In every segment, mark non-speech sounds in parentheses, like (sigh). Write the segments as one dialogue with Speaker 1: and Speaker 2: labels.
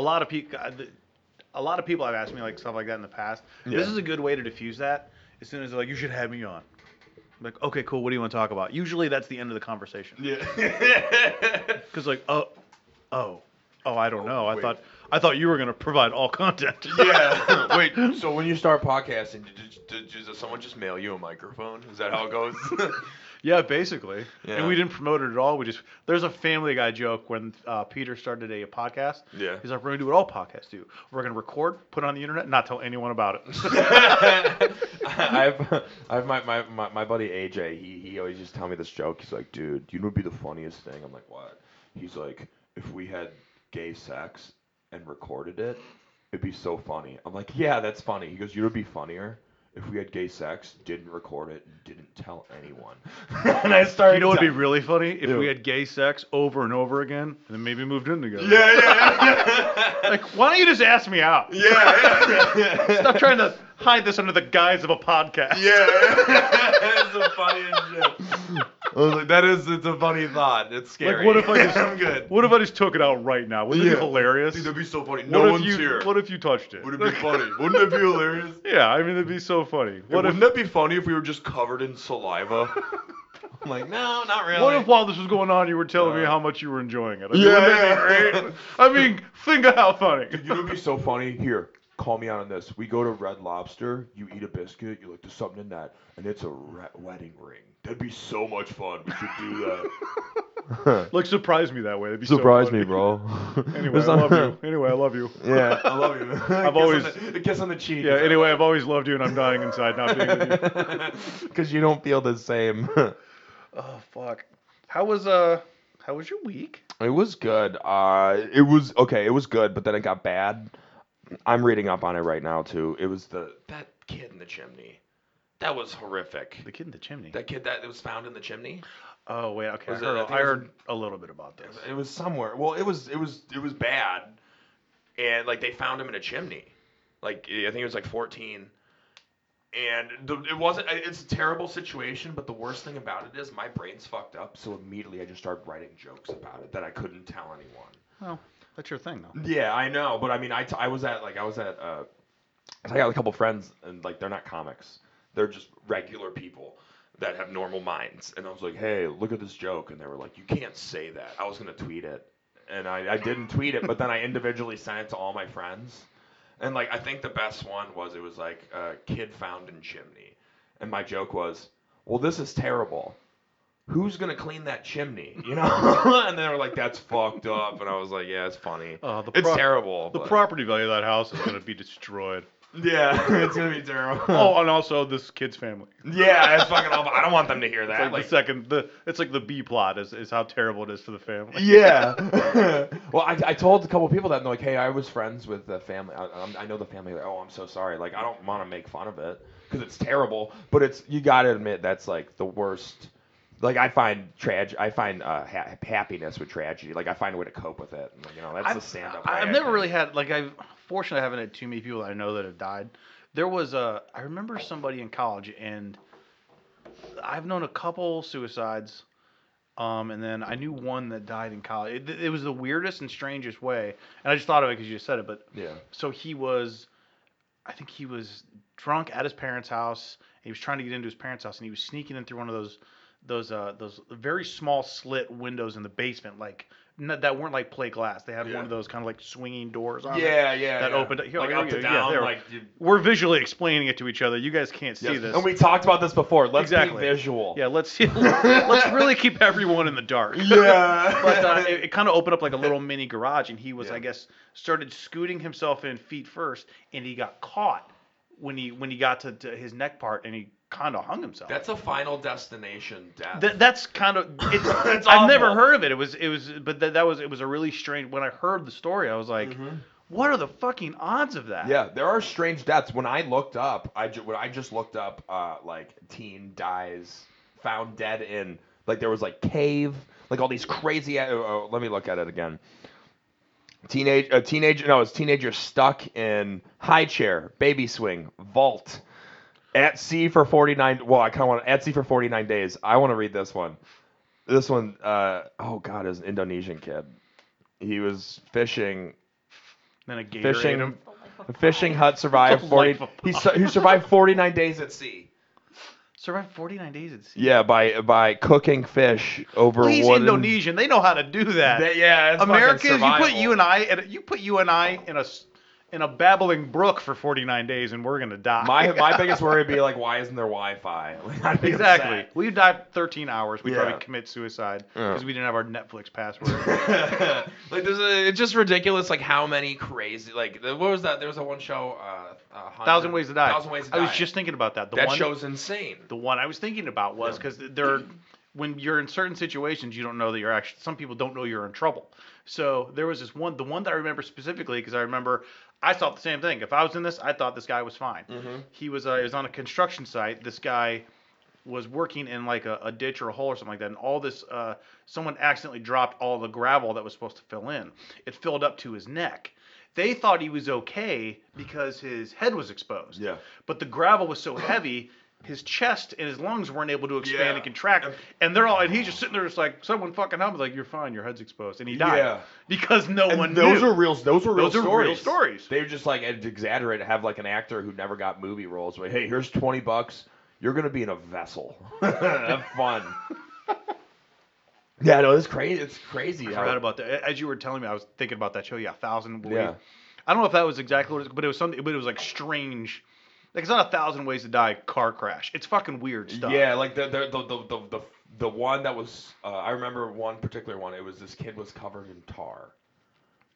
Speaker 1: lot of people, a lot of people have asked me like stuff like that in the past. This
Speaker 2: Yeah.
Speaker 1: is a good way to diffuse that. As soon as they're like, you should have me on. I'm like, okay, cool. What do you want to talk about? Usually that's the end of the conversation. (laughs)
Speaker 2: Yeah.
Speaker 1: Because like, oh, oh, oh, I don't know. I
Speaker 2: wait.
Speaker 1: thought I thought you were gonna provide all content.
Speaker 2: (laughs) yeah. Wait. So when you start podcasting, did, did, did, does someone just mail you a microphone? Is that how
Speaker 1: (laughs)
Speaker 2: it goes?
Speaker 1: Yeah, basically.
Speaker 2: Yeah.
Speaker 1: And we didn't promote it at all. We just there's a Family Guy joke when uh, Peter started a podcast.
Speaker 2: (laughs) Yeah.
Speaker 1: He's like, we're gonna do what all podcasts do. We're gonna record, put it on the internet, not tell anyone about it.
Speaker 2: (laughs)
Speaker 1: (laughs)
Speaker 2: I've I've my, my, my, my buddy AJ. He he always just tell me this joke. He's like, dude, you know what'd be the funniest thing? I'm like, what? He's like, if we had gay sex and recorded it, it'd be so funny. I'm like, yeah, that's funny. He goes, you know what'd be funnier? If we had gay sex, didn't record it, and didn't tell anyone. (laughs) and I started.
Speaker 1: you know what'd be
Speaker 2: dying.
Speaker 1: really funny if we
Speaker 2: Yeah.
Speaker 1: had gay sex over and over again, and then maybe moved in together.
Speaker 2: Yeah, yeah, yeah.
Speaker 1: Like, why don't you just ask me out?
Speaker 2: yeah, yeah.
Speaker 1: Stop trying to hide this under the guise of a podcast.
Speaker 2: (laughs) Yeah, that's the funniest shit. I was like, that is, it's a funny thought. It's scary.
Speaker 1: Like, what if I just
Speaker 2: I'm good.
Speaker 1: What if I just took it out right now? Wouldn't it
Speaker 2: Yeah.
Speaker 1: be hilarious?
Speaker 2: Dude, that'd be so funny.
Speaker 1: (laughs) What
Speaker 2: No
Speaker 1: if
Speaker 2: one's
Speaker 1: you,
Speaker 2: here.
Speaker 1: What if you touched it?
Speaker 2: Would it be funny? Wouldn't it be
Speaker 1: (laughs)
Speaker 2: hilarious?
Speaker 1: yeah, I mean, it'd be so funny. What if
Speaker 2: Wouldn't that be funny if we were just covered in saliva? I'm like, no, not really.
Speaker 1: What if while this was going on, you were telling me
Speaker 2: Uh,
Speaker 1: how much you were enjoying it? I
Speaker 2: Yeah,
Speaker 1: wouldn't
Speaker 2: yeah.
Speaker 1: that be great? I mean, think of how
Speaker 2: (laughs)
Speaker 1: funny.
Speaker 2: Dude, you know, it'd be so funny. Here, call me out on this. We go to Red Lobster. You eat a biscuit. You're like, there's something in that, and it's a re- wedding ring. That'd be so much fun. We should do that.
Speaker 1: Like, surprise me that way. That'd be so
Speaker 2: Surprise me,
Speaker 1: funny.
Speaker 2: (laughs) bro.
Speaker 1: Anyway, I love you. Anyway, I love you.
Speaker 2: (laughs) Yeah, I love
Speaker 1: (laughs)
Speaker 2: you. I've
Speaker 1: always-
Speaker 2: on the, a kiss on the cheek.
Speaker 1: (laughs) Yeah, anyway,
Speaker 2: (laughs)
Speaker 1: I've always loved you, and I'm dying inside not being with you.
Speaker 2: Because you don't feel the same.
Speaker 1: (laughs)
Speaker 2: (laughs)
Speaker 1: Oh, fuck. How was, uh, how was your week?
Speaker 2: it was good. Uh, it was okay. It was good, but then it got bad. I'm reading up on it right now too. It was the that kid in the chimney. That was horrific.
Speaker 1: The kid in the chimney.
Speaker 2: That kid that was found in the chimney.
Speaker 1: Oh, wait, okay. I
Speaker 2: Was it-
Speaker 1: heard,
Speaker 2: I
Speaker 1: I
Speaker 2: think it was-
Speaker 1: heard a little bit about this.
Speaker 2: It was somewhere. Well, it was it was it was bad, and like they found him in a chimney. Like I think it was like 14, and the, it wasn't. It's a terrible situation, but the worst thing about it is my brain's fucked up. So immediately I just started writing jokes about it that I couldn't tell anyone.
Speaker 1: Well, that's your thing, though.
Speaker 2: Yeah, I know, but I mean, I, t- I was at like I was at uh, I got a couple friends and like they're not comics, they're just regular people that have normal minds, and I was like, hey, look at this joke, and they were like, you can't say that. I was gonna tweet it, and I, I didn't tweet it, but then I individually sent it to all my friends, and like I think the best one was it was like uh, kid found in chimney, and my joke was, well, this is terrible who's gonna clean that chimney? You know? (laughs) and they were like, that's fucked up. And I was like, yeah, it's funny.
Speaker 1: Uh, the
Speaker 2: it's
Speaker 1: pro-
Speaker 2: terrible.
Speaker 1: The
Speaker 2: but- (laughs)
Speaker 1: property value of that house is going to be destroyed. (laughs)
Speaker 2: yeah, (laughs) it's gonna be terrible.
Speaker 1: oh, and also this kid's family.
Speaker 2: (laughs) Yeah, it's fucking awful. I don't want them to hear
Speaker 1: It's
Speaker 2: that.
Speaker 1: like,
Speaker 2: Like,
Speaker 1: the second, the it's like the B plot is, is how terrible it is for the family.
Speaker 2: yeah. (laughs) well, I, I told a couple people that, and they're like, hey, I was friends with the family. I, I'm- I know the family. Like, oh, I'm so sorry. Like, I don't want to make fun of it because it's terrible. But it's you gotta admit that's like the worst. Like I find trag, I find uh, ha- happiness with tragedy. Like I find a way to cope with it. And, you know, that's the stand-up. way,
Speaker 1: I've
Speaker 2: I
Speaker 1: never
Speaker 2: think.
Speaker 1: really had like I've fortunately I haven't had too many people that I know that have died. There was a I remember somebody in college and I've known a couple suicides. Um, and then I knew one that died in college. It, it was the weirdest and strangest way, and I just thought of it because you just said it. But
Speaker 2: Yeah.
Speaker 1: so he was, I think he was drunk at his parents' house. He was trying to get into his parents' house, and he was sneaking in through one of those those uh, those very small slit windows in the basement, like n- that weren't like plate glass. They had
Speaker 2: Yeah.
Speaker 1: one of those kind of like swinging doors on it.
Speaker 2: Yeah, yeah.
Speaker 1: that
Speaker 2: yeah.
Speaker 1: opened up- here,
Speaker 2: like
Speaker 1: here
Speaker 2: up
Speaker 1: we
Speaker 2: to
Speaker 1: go. Yeah,
Speaker 2: down,
Speaker 1: there.
Speaker 2: like you,
Speaker 1: We're visually explaining it to each other. You guys can't see
Speaker 2: yes.
Speaker 1: this.
Speaker 2: And we talked about this before. Let's
Speaker 1: Exactly.
Speaker 2: be visual.
Speaker 1: yeah, let's see. (laughs) let's really keep everyone in the dark.
Speaker 2: (laughs) Yeah.
Speaker 1: but
Speaker 2: (laughs)
Speaker 1: uh, it, it kind of opened up like a little mini garage, and he was,
Speaker 2: Yeah.
Speaker 1: I guess, started scooting himself in feet first, and he got caught when he when he got to, to his neck part, and he kind of hung himself.
Speaker 2: that's a final destination death.
Speaker 1: Th- that's kind of
Speaker 2: (laughs)
Speaker 1: it's,
Speaker 2: It's
Speaker 1: I've never
Speaker 2: awful.
Speaker 1: heard of it. It was it was, but that that was it was a really strange. When I heard the story, I was like, what are the fucking odds of that?
Speaker 2: Mm-hmm. yeah, there are strange deaths. When I looked up, I ju- when I just looked up uh, like teen dies found dead in like there was like cave, like all these crazy. Uh, uh, let me look at it again. Teenage, a teenager, no, it's teenager stuck in high chair, baby swing, vault, at sea for 49. Well, I kind of want at sea for 49 days. I want to read this one. This one, uh, oh god, is an Indonesian kid. He was fishing
Speaker 1: Then a gator ate
Speaker 2: Fishing,
Speaker 1: him.
Speaker 2: the fishing hut survived
Speaker 1: The
Speaker 2: 40.
Speaker 1: life of
Speaker 2: He,
Speaker 1: Pi.
Speaker 2: su- he survived 49 days at sea.
Speaker 1: Survived 49 days at sea.
Speaker 2: Yeah, by by cooking fish over
Speaker 1: Well, he's
Speaker 2: wooden.
Speaker 1: Indonesian. They know how to do that.
Speaker 2: That- yeah, it's fucking
Speaker 1: Americans, you put
Speaker 2: survival.
Speaker 1: you and I, in a, you put you and I in a s- in a babbling brook for 49 days, and we're gonna die.
Speaker 2: My my biggest worry would be like, why isn't there Wi-Fi? (laughs) Like, I'd
Speaker 1: (laughs)
Speaker 2: be
Speaker 1: exactly. We died 13 hours. We
Speaker 2: Yeah.
Speaker 1: probably commit suicide
Speaker 2: Yeah.
Speaker 1: because we didn't have our Netflix
Speaker 2: (laughs)
Speaker 1: password.
Speaker 2: upset. like there's a, it's just ridiculous like how many crazy like the- what was that there was that one show uh, uh Hundred-
Speaker 1: Thousand ways to die.
Speaker 2: thousand ways to
Speaker 1: I was
Speaker 2: Die.
Speaker 1: just thinking about that. The
Speaker 2: that
Speaker 1: one,
Speaker 2: show's insane
Speaker 1: the one I was thinking about was
Speaker 2: Yeah.
Speaker 1: because there, when you're in certain situations, you don't know that you're actually. Some people don't know you're in trouble. So there was this one, the one that I remember specifically because I remember I thought the same thing. If I was in this, I thought this guy was fine. He was uh, he was on a construction site. This guy was working in like a, a ditch or a hole or something like that, and all this uh, someone accidentally dropped all the gravel that was supposed to fill in. It filled up to his neck. They thought he was okay because his head was exposed.
Speaker 2: Yeah.
Speaker 1: But the gravel was so heavy, his chest and his lungs weren't able to expand
Speaker 2: Yeah.
Speaker 1: and contract. And they're all and he's just sitting there, just like someone fucking help. me," Like you're fine, your head's exposed, and he died
Speaker 2: Yeah.
Speaker 1: because no
Speaker 2: And
Speaker 1: one
Speaker 2: those
Speaker 1: knew.
Speaker 2: are real. Those are real
Speaker 1: Those are
Speaker 2: stories.
Speaker 1: real stories.
Speaker 2: They just like had to exaggerate to have like an actor who never got movie roles. Like, hey, here's twenty bucks. You're gonna be in a vessel. (laughs) have fun.
Speaker 1: (laughs)
Speaker 2: yeah, no, it's crazy. It's crazy.
Speaker 1: I
Speaker 2: how-
Speaker 1: forgot about that. As you were telling me, I was thinking about that show. Yeah, thousand ways.
Speaker 2: Yeah.
Speaker 1: I don't know if that was exactly what it was, but it was something. But it was like strange. Like it's not a thousand ways to die car crash. It's fucking weird stuff.
Speaker 2: Yeah, like the the the the the, the, the one that was. Uh, I remember one particular one. It was this kid was covered in tar.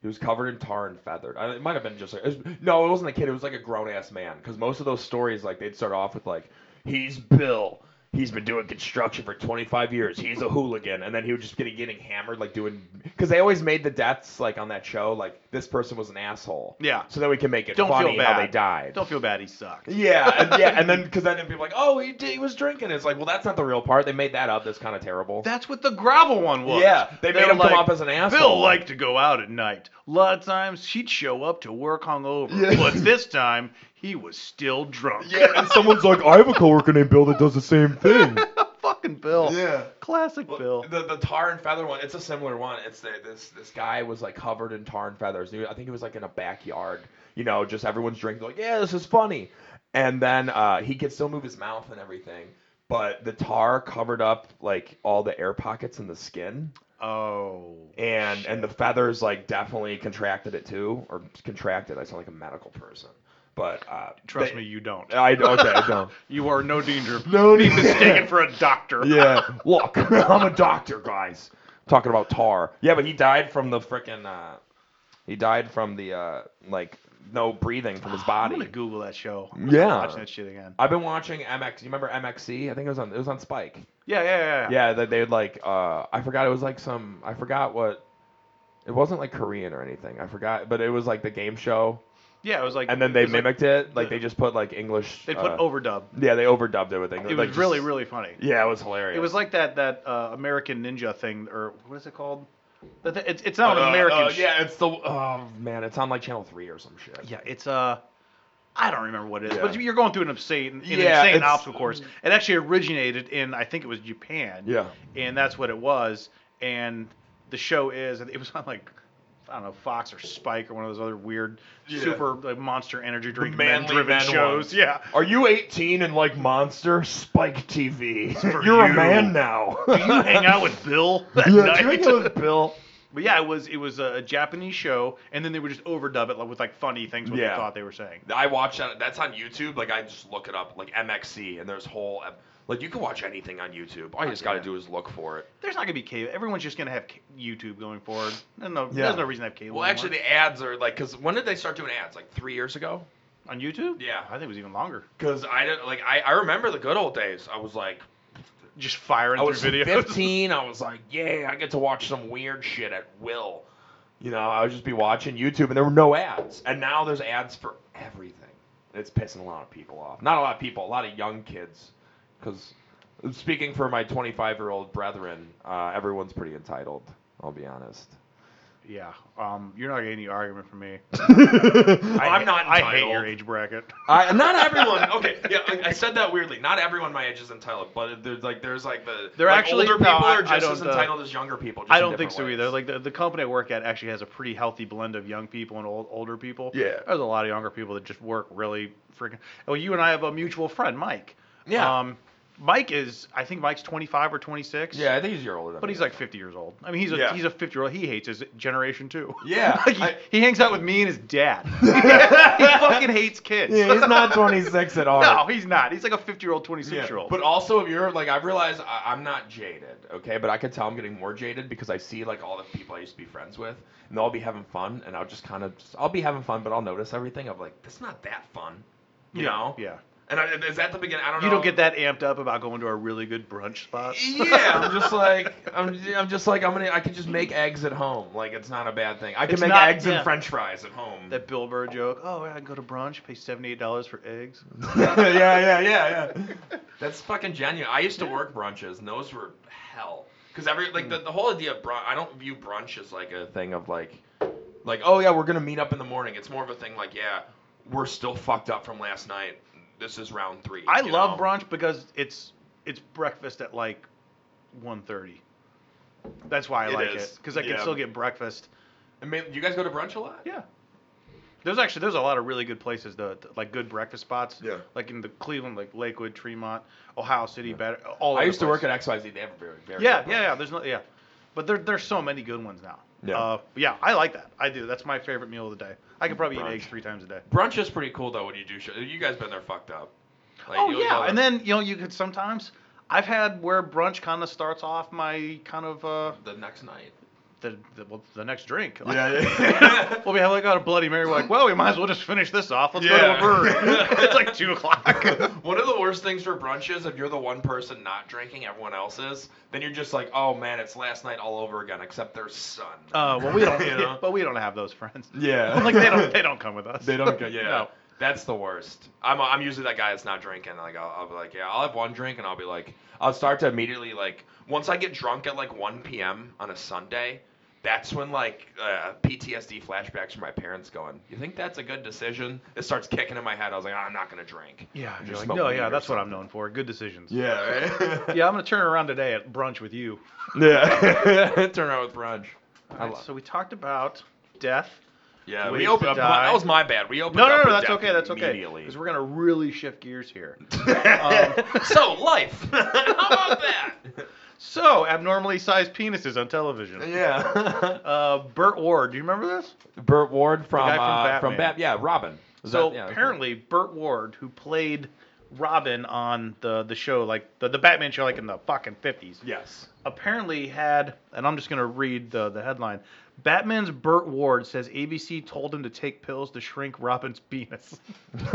Speaker 2: He was covered in tar and feathered. I, it might have been just like it was- no, it wasn't a kid. It was like a grown ass man. Because most of those stories, like they'd start off with like, he's Bill. He's been doing construction for 25 years. He's a hooligan, and then he would just getting getting hammered, like doing. Because they always made the deaths like on that show, like this person was an asshole.
Speaker 1: Yeah.
Speaker 2: So then we can make it
Speaker 1: Don't
Speaker 2: funny
Speaker 1: feel
Speaker 2: how
Speaker 1: bad.
Speaker 2: they died.
Speaker 1: Don't feel bad. He sucked.
Speaker 2: Yeah, and, yeah, and then (laughs) because then people are like, oh, he did, he was drinking. It's like, well, that's not the real part. They made that up. That's kind of terrible.
Speaker 1: That's what the gravel one was.
Speaker 2: Yeah, they made
Speaker 1: were
Speaker 2: him come off as an asshole.
Speaker 1: Bill liked to go out at night. A lot of times she'd show up to work hungover,
Speaker 2: Yeah.
Speaker 1: but this time he was still drunk.
Speaker 2: yeah, (laughs) and someone's like, I have a coworker named Bill that does the (laughs) same thing.
Speaker 1: (laughs) fucking Bill.
Speaker 2: Yeah.
Speaker 1: classic Bill.
Speaker 2: The, the tar and feather one, it's a similar one. It's the, this this guy was like covered in tar and feathers. He- I think he was like in a backyard, you know, just everyone's drinking, like, yeah, this is funny. And then uh, he could still move his mouth and everything, but the tar covered up like all the air pockets in the skin.
Speaker 1: Oh,
Speaker 2: and and the feathers like definitely contracted it too, or contracted. I sound like a medical person, but uh,
Speaker 1: trust
Speaker 2: they-
Speaker 1: me, you don't.
Speaker 2: I okay, I
Speaker 1: (laughs)
Speaker 2: don't.
Speaker 1: You are no danger.
Speaker 2: No
Speaker 1: being
Speaker 2: need-
Speaker 1: mistaken for a doctor.
Speaker 2: (laughs) yeah, look, I'm a doctor, guys. Talking about tar. Yeah, but he died from the frickin' uh, he died from the uh, like no breathing from
Speaker 1: (sighs)
Speaker 2: his
Speaker 1: I'm
Speaker 2: body.
Speaker 1: gonna Google that show. I'm
Speaker 2: Yeah.
Speaker 1: watch that shit again.
Speaker 2: I've been watching MX. You remember MXC? I think it was on it was on Spike.
Speaker 1: Yeah, yeah, yeah.
Speaker 2: Yeah, that they'd like uh I forgot it was like some I forgot what it wasn't like Korean or anything. I forgot, but it was like the game show
Speaker 1: Yeah, it was like.
Speaker 2: and then
Speaker 1: it
Speaker 2: they
Speaker 1: was like-
Speaker 2: mimicked it. Like they just put like English.
Speaker 1: they put
Speaker 2: uh,
Speaker 1: overdub.
Speaker 2: Yeah, they overdubbed it with English.
Speaker 1: It was
Speaker 2: like, just-
Speaker 1: really, really funny.
Speaker 2: Yeah, it was hilarious.
Speaker 1: It was like that that uh, American Ninja thing, or what is it called? The thi- It's, it's not
Speaker 2: Uh,
Speaker 1: an American.
Speaker 2: uh,
Speaker 1: sh-
Speaker 2: yeah, it's the. Oh man, it's on like Channel Three or some shit.
Speaker 1: yeah. It's uh, I don't remember what it is, but
Speaker 2: Yeah.
Speaker 1: you're going through an insane, an
Speaker 2: Yeah,
Speaker 1: insane
Speaker 2: it's-
Speaker 1: obstacle course. It actually originated in, I think it was Japan.
Speaker 2: Yeah.
Speaker 1: and that's what it was. And the show is it was (laughs) on like I don't know Fox or Spike or one of those other weird
Speaker 2: Yeah.
Speaker 1: super like monster energy drink men
Speaker 2: manly
Speaker 1: driven
Speaker 2: men
Speaker 1: shows.
Speaker 2: ones. (laughs)
Speaker 1: Yeah.
Speaker 2: Are you 18 and like Monster Spike TV? You're
Speaker 1: for
Speaker 2: a
Speaker 1: you.
Speaker 2: man now.
Speaker 1: Do you hang
Speaker 2: (laughs)
Speaker 1: out with Bill that
Speaker 2: yeah,
Speaker 1: night?
Speaker 2: do you hang out with Bill?
Speaker 1: (laughs) But yeah, it was it was a, a Japanese show, and then they would just overdub it like, with like funny things what
Speaker 2: Yeah.
Speaker 1: they thought they were saying.
Speaker 2: I watch that. That's on YouTube. Like I just look it up, like MXC, and there's whole. ep- Like you can watch anything on YouTube. All you just got to
Speaker 1: Yeah.
Speaker 2: do is look for it.
Speaker 1: There's not gonna be cable. Everyone's just gonna have ca- YouTube going forward. There's no,
Speaker 2: Yeah.
Speaker 1: there's no reason to have cable.
Speaker 2: Well, actually, the ads are like, cause when did they start doing ads? Like three years ago.
Speaker 1: anymore. on YouTube,
Speaker 2: Yeah.
Speaker 1: I think it was even longer.
Speaker 2: Cause I didn't like I, I remember the good old days. I was like
Speaker 1: Just firing
Speaker 2: I was (laughs)
Speaker 1: through videos.
Speaker 2: 15. I was like, yeah, I get to watch some weird shit at will. You know, I would just be watching YouTube and there were no ads. And now there's ads for everything. It's pissing a lot of people off. Not a lot of people, a lot of young kids. Cause speaking for my 25 year old brethren, uh, everyone's pretty entitled. I'll be honest.
Speaker 1: Yeah. Um, you're not getting any argument from (laughs) me. I
Speaker 2: I'm
Speaker 1: ha-
Speaker 2: not. Entitled.
Speaker 1: I hate your age bracket. (laughs)
Speaker 2: I, not everyone. Okay, yeah, I, I said that weirdly. Not everyone my age is entitled, but there's like there's like the
Speaker 1: They're
Speaker 2: like,
Speaker 1: actually-
Speaker 2: older
Speaker 1: no,
Speaker 2: people
Speaker 1: I-
Speaker 2: are
Speaker 1: I
Speaker 2: just as
Speaker 1: don't, uh,
Speaker 2: entitled as younger people. Just
Speaker 1: I
Speaker 2: in
Speaker 1: don't think so
Speaker 2: different
Speaker 1: either.
Speaker 2: ways.
Speaker 1: Like the, the company I work at actually has a pretty healthy blend of young people and old older people.
Speaker 2: Yeah.
Speaker 1: There's a lot of younger people that just work really freaking. Well, you and I have a mutual friend, Mike.
Speaker 2: yeah,
Speaker 1: Um, Mike is I think Mike's 25 or 26.
Speaker 2: yeah, I think he's a year older than
Speaker 1: But
Speaker 2: me.
Speaker 1: he's like 50 years old. I mean, he's a
Speaker 2: Yeah.
Speaker 1: he's a 50 year old. He hates his generation too.
Speaker 2: Yeah,
Speaker 1: (laughs) Like, he,
Speaker 2: I-
Speaker 1: he hangs out with me and his (laughs) dad. he fucking hates kids.
Speaker 3: Yeah, he's
Speaker 2: (laughs)
Speaker 3: not
Speaker 1: (laughs)
Speaker 3: 26 at all.
Speaker 1: no, he's not. He's like a 50 year old, 26
Speaker 2: Yeah,
Speaker 1: year old.
Speaker 2: But also, if you're like, I've realized I, I'm not jaded, okay? But I could tell I'm getting more jaded because I see like all the people I used to be friends with, and they'll all be having fun, and I'll just kind of, just, I'll be having fun, but I'll notice everything. I'm like, that's not that fun, you know?
Speaker 1: yeah.
Speaker 2: And I, is that the beginning? I don't
Speaker 1: You
Speaker 2: know.
Speaker 1: don't get that amped up about going to a really good brunch spot.
Speaker 2: Yeah,
Speaker 1: (laughs)
Speaker 2: I'm just like I'm, I'm just like I'm gonna I can just make eggs at home. Like it's not a bad thing. I can
Speaker 1: It's
Speaker 2: make
Speaker 1: not-
Speaker 2: eggs
Speaker 1: yeah.
Speaker 2: and French fries at home.
Speaker 1: That Bill Burr joke. Oh, yeah, I can go to brunch, pay seventy-eight dollars for eggs.
Speaker 2: (laughs) (laughs) yeah,
Speaker 1: (laughs)
Speaker 2: yeah, yeah, yeah. That's fucking genuine. I used to work brunches, and those were hell. Because every like
Speaker 1: Hmm.
Speaker 2: the, the whole idea of brunch, I don't view brunch as like a thing of like, like oh yeah, we're gonna meet up in the morning. It's more of a thing like yeah, we're still fucked up from last night. This is round three.
Speaker 1: I
Speaker 2: you
Speaker 1: love
Speaker 2: know?
Speaker 1: brunch because it's it's breakfast at like 1.30. That's why I
Speaker 2: It
Speaker 1: like
Speaker 2: is.
Speaker 1: it because I
Speaker 2: Yeah.
Speaker 1: can still get breakfast.
Speaker 2: I mean, you guys go to brunch a lot?
Speaker 1: Yeah. There's actually there's a lot of really good places though, t- like good breakfast spots.
Speaker 2: Yeah.
Speaker 1: Like in the Cleveland, like Lakewood, Tremont, Ohio City, better all.
Speaker 2: I
Speaker 1: over
Speaker 2: used
Speaker 1: the
Speaker 2: to work
Speaker 1: place.
Speaker 2: at XYZ. They have a very, very
Speaker 1: Yeah,
Speaker 2: good brunch.
Speaker 1: yeah, yeah. There's no yeah, but there there's so many good ones now.
Speaker 2: Yeah.
Speaker 1: Uh, but yeah, I like that. I do. That's my favorite meal of the day. I could probably
Speaker 2: Brunch.
Speaker 1: eat eggs three times a day.
Speaker 2: Brunch is pretty cool though. When you do, sh- you guys been there fucked up. Like,
Speaker 1: oh
Speaker 2: you'll
Speaker 1: yeah,
Speaker 2: go
Speaker 1: and
Speaker 2: there-
Speaker 1: then you know you could sometimes. I've had where brunch kind of starts off my kind of uh
Speaker 2: the next night.
Speaker 1: the the, well, the next drink.
Speaker 2: yeah.
Speaker 1: (laughs) Well, we have like got a Bloody Mary. We're like, well, we might as well just finish this off. Let's go to a
Speaker 2: Yeah. (laughs)
Speaker 1: brewery. (laughs) it's like two o'clock. Uh,
Speaker 2: One of the worst things for brunch is if you're the one person not drinking, everyone else is, then you're just like, oh man, it's last night all over again, except their son.
Speaker 1: Uh,
Speaker 2: (laughs)
Speaker 1: well, we don't,
Speaker 2: You know?
Speaker 1: but we don't have those friends. (laughs)
Speaker 2: yeah.
Speaker 1: Like they don't, they don't come with us.
Speaker 2: They don't get,
Speaker 1: (laughs)
Speaker 2: yeah.
Speaker 1: No.
Speaker 2: That's the worst. I'm, I'm usually that guy that's not drinking. Like I'll, I'll be like, yeah, I'll have one drink and I'll be like, I'll start to immediately like, once I get drunk at like 1 p.m. on a Sunday, that's when like uh, PTSD flashbacks from my parents going, you think that's a good decision? It starts kicking in my head. I was like, "Ah, I'm not gonna drink.
Speaker 1: Yeah.
Speaker 2: Just
Speaker 1: You're like,
Speaker 2: smoke
Speaker 1: no,
Speaker 2: weed
Speaker 1: yeah,
Speaker 2: or
Speaker 1: that's what I'm
Speaker 2: something.
Speaker 1: known for. Good decisions.
Speaker 2: Yeah. Right?
Speaker 1: Yeah, I'm gonna turn around today at brunch with you.
Speaker 2: (laughs) Yeah. (laughs) Turn around with brunch. I
Speaker 1: Alright,
Speaker 2: love-
Speaker 1: so we talked about death.
Speaker 2: Yeah,
Speaker 1: Ways
Speaker 2: we
Speaker 1: to
Speaker 2: opened up.
Speaker 1: die.
Speaker 2: That was my bad. We opened
Speaker 1: No,
Speaker 2: up.
Speaker 1: no, no,
Speaker 2: with
Speaker 1: that's
Speaker 2: death
Speaker 1: okay, that's okay.
Speaker 2: immediately.
Speaker 1: Because we're gonna really shift gears
Speaker 2: (laughs)
Speaker 1: here. Um, (laughs)
Speaker 2: so life. How about that?
Speaker 1: So abnormally sized penises on television.
Speaker 2: Yeah.
Speaker 1: Uh, Burt Ward, do you remember this?
Speaker 2: (laughs) Burt Ward from
Speaker 1: guy from
Speaker 2: uh, from
Speaker 1: Batman.
Speaker 2: Bat. Yeah, Robin. Is
Speaker 1: So
Speaker 2: that- yeah.
Speaker 1: apparently, Burt Ward, who played Robin on the the show, like the, the Batman show, like in the fucking fifties,
Speaker 2: (laughs) Yes.
Speaker 1: apparently had, and I'm just gonna read the the headline. Batman's Burt Ward says ABC told him to take pills to shrink Robin's penis (laughs)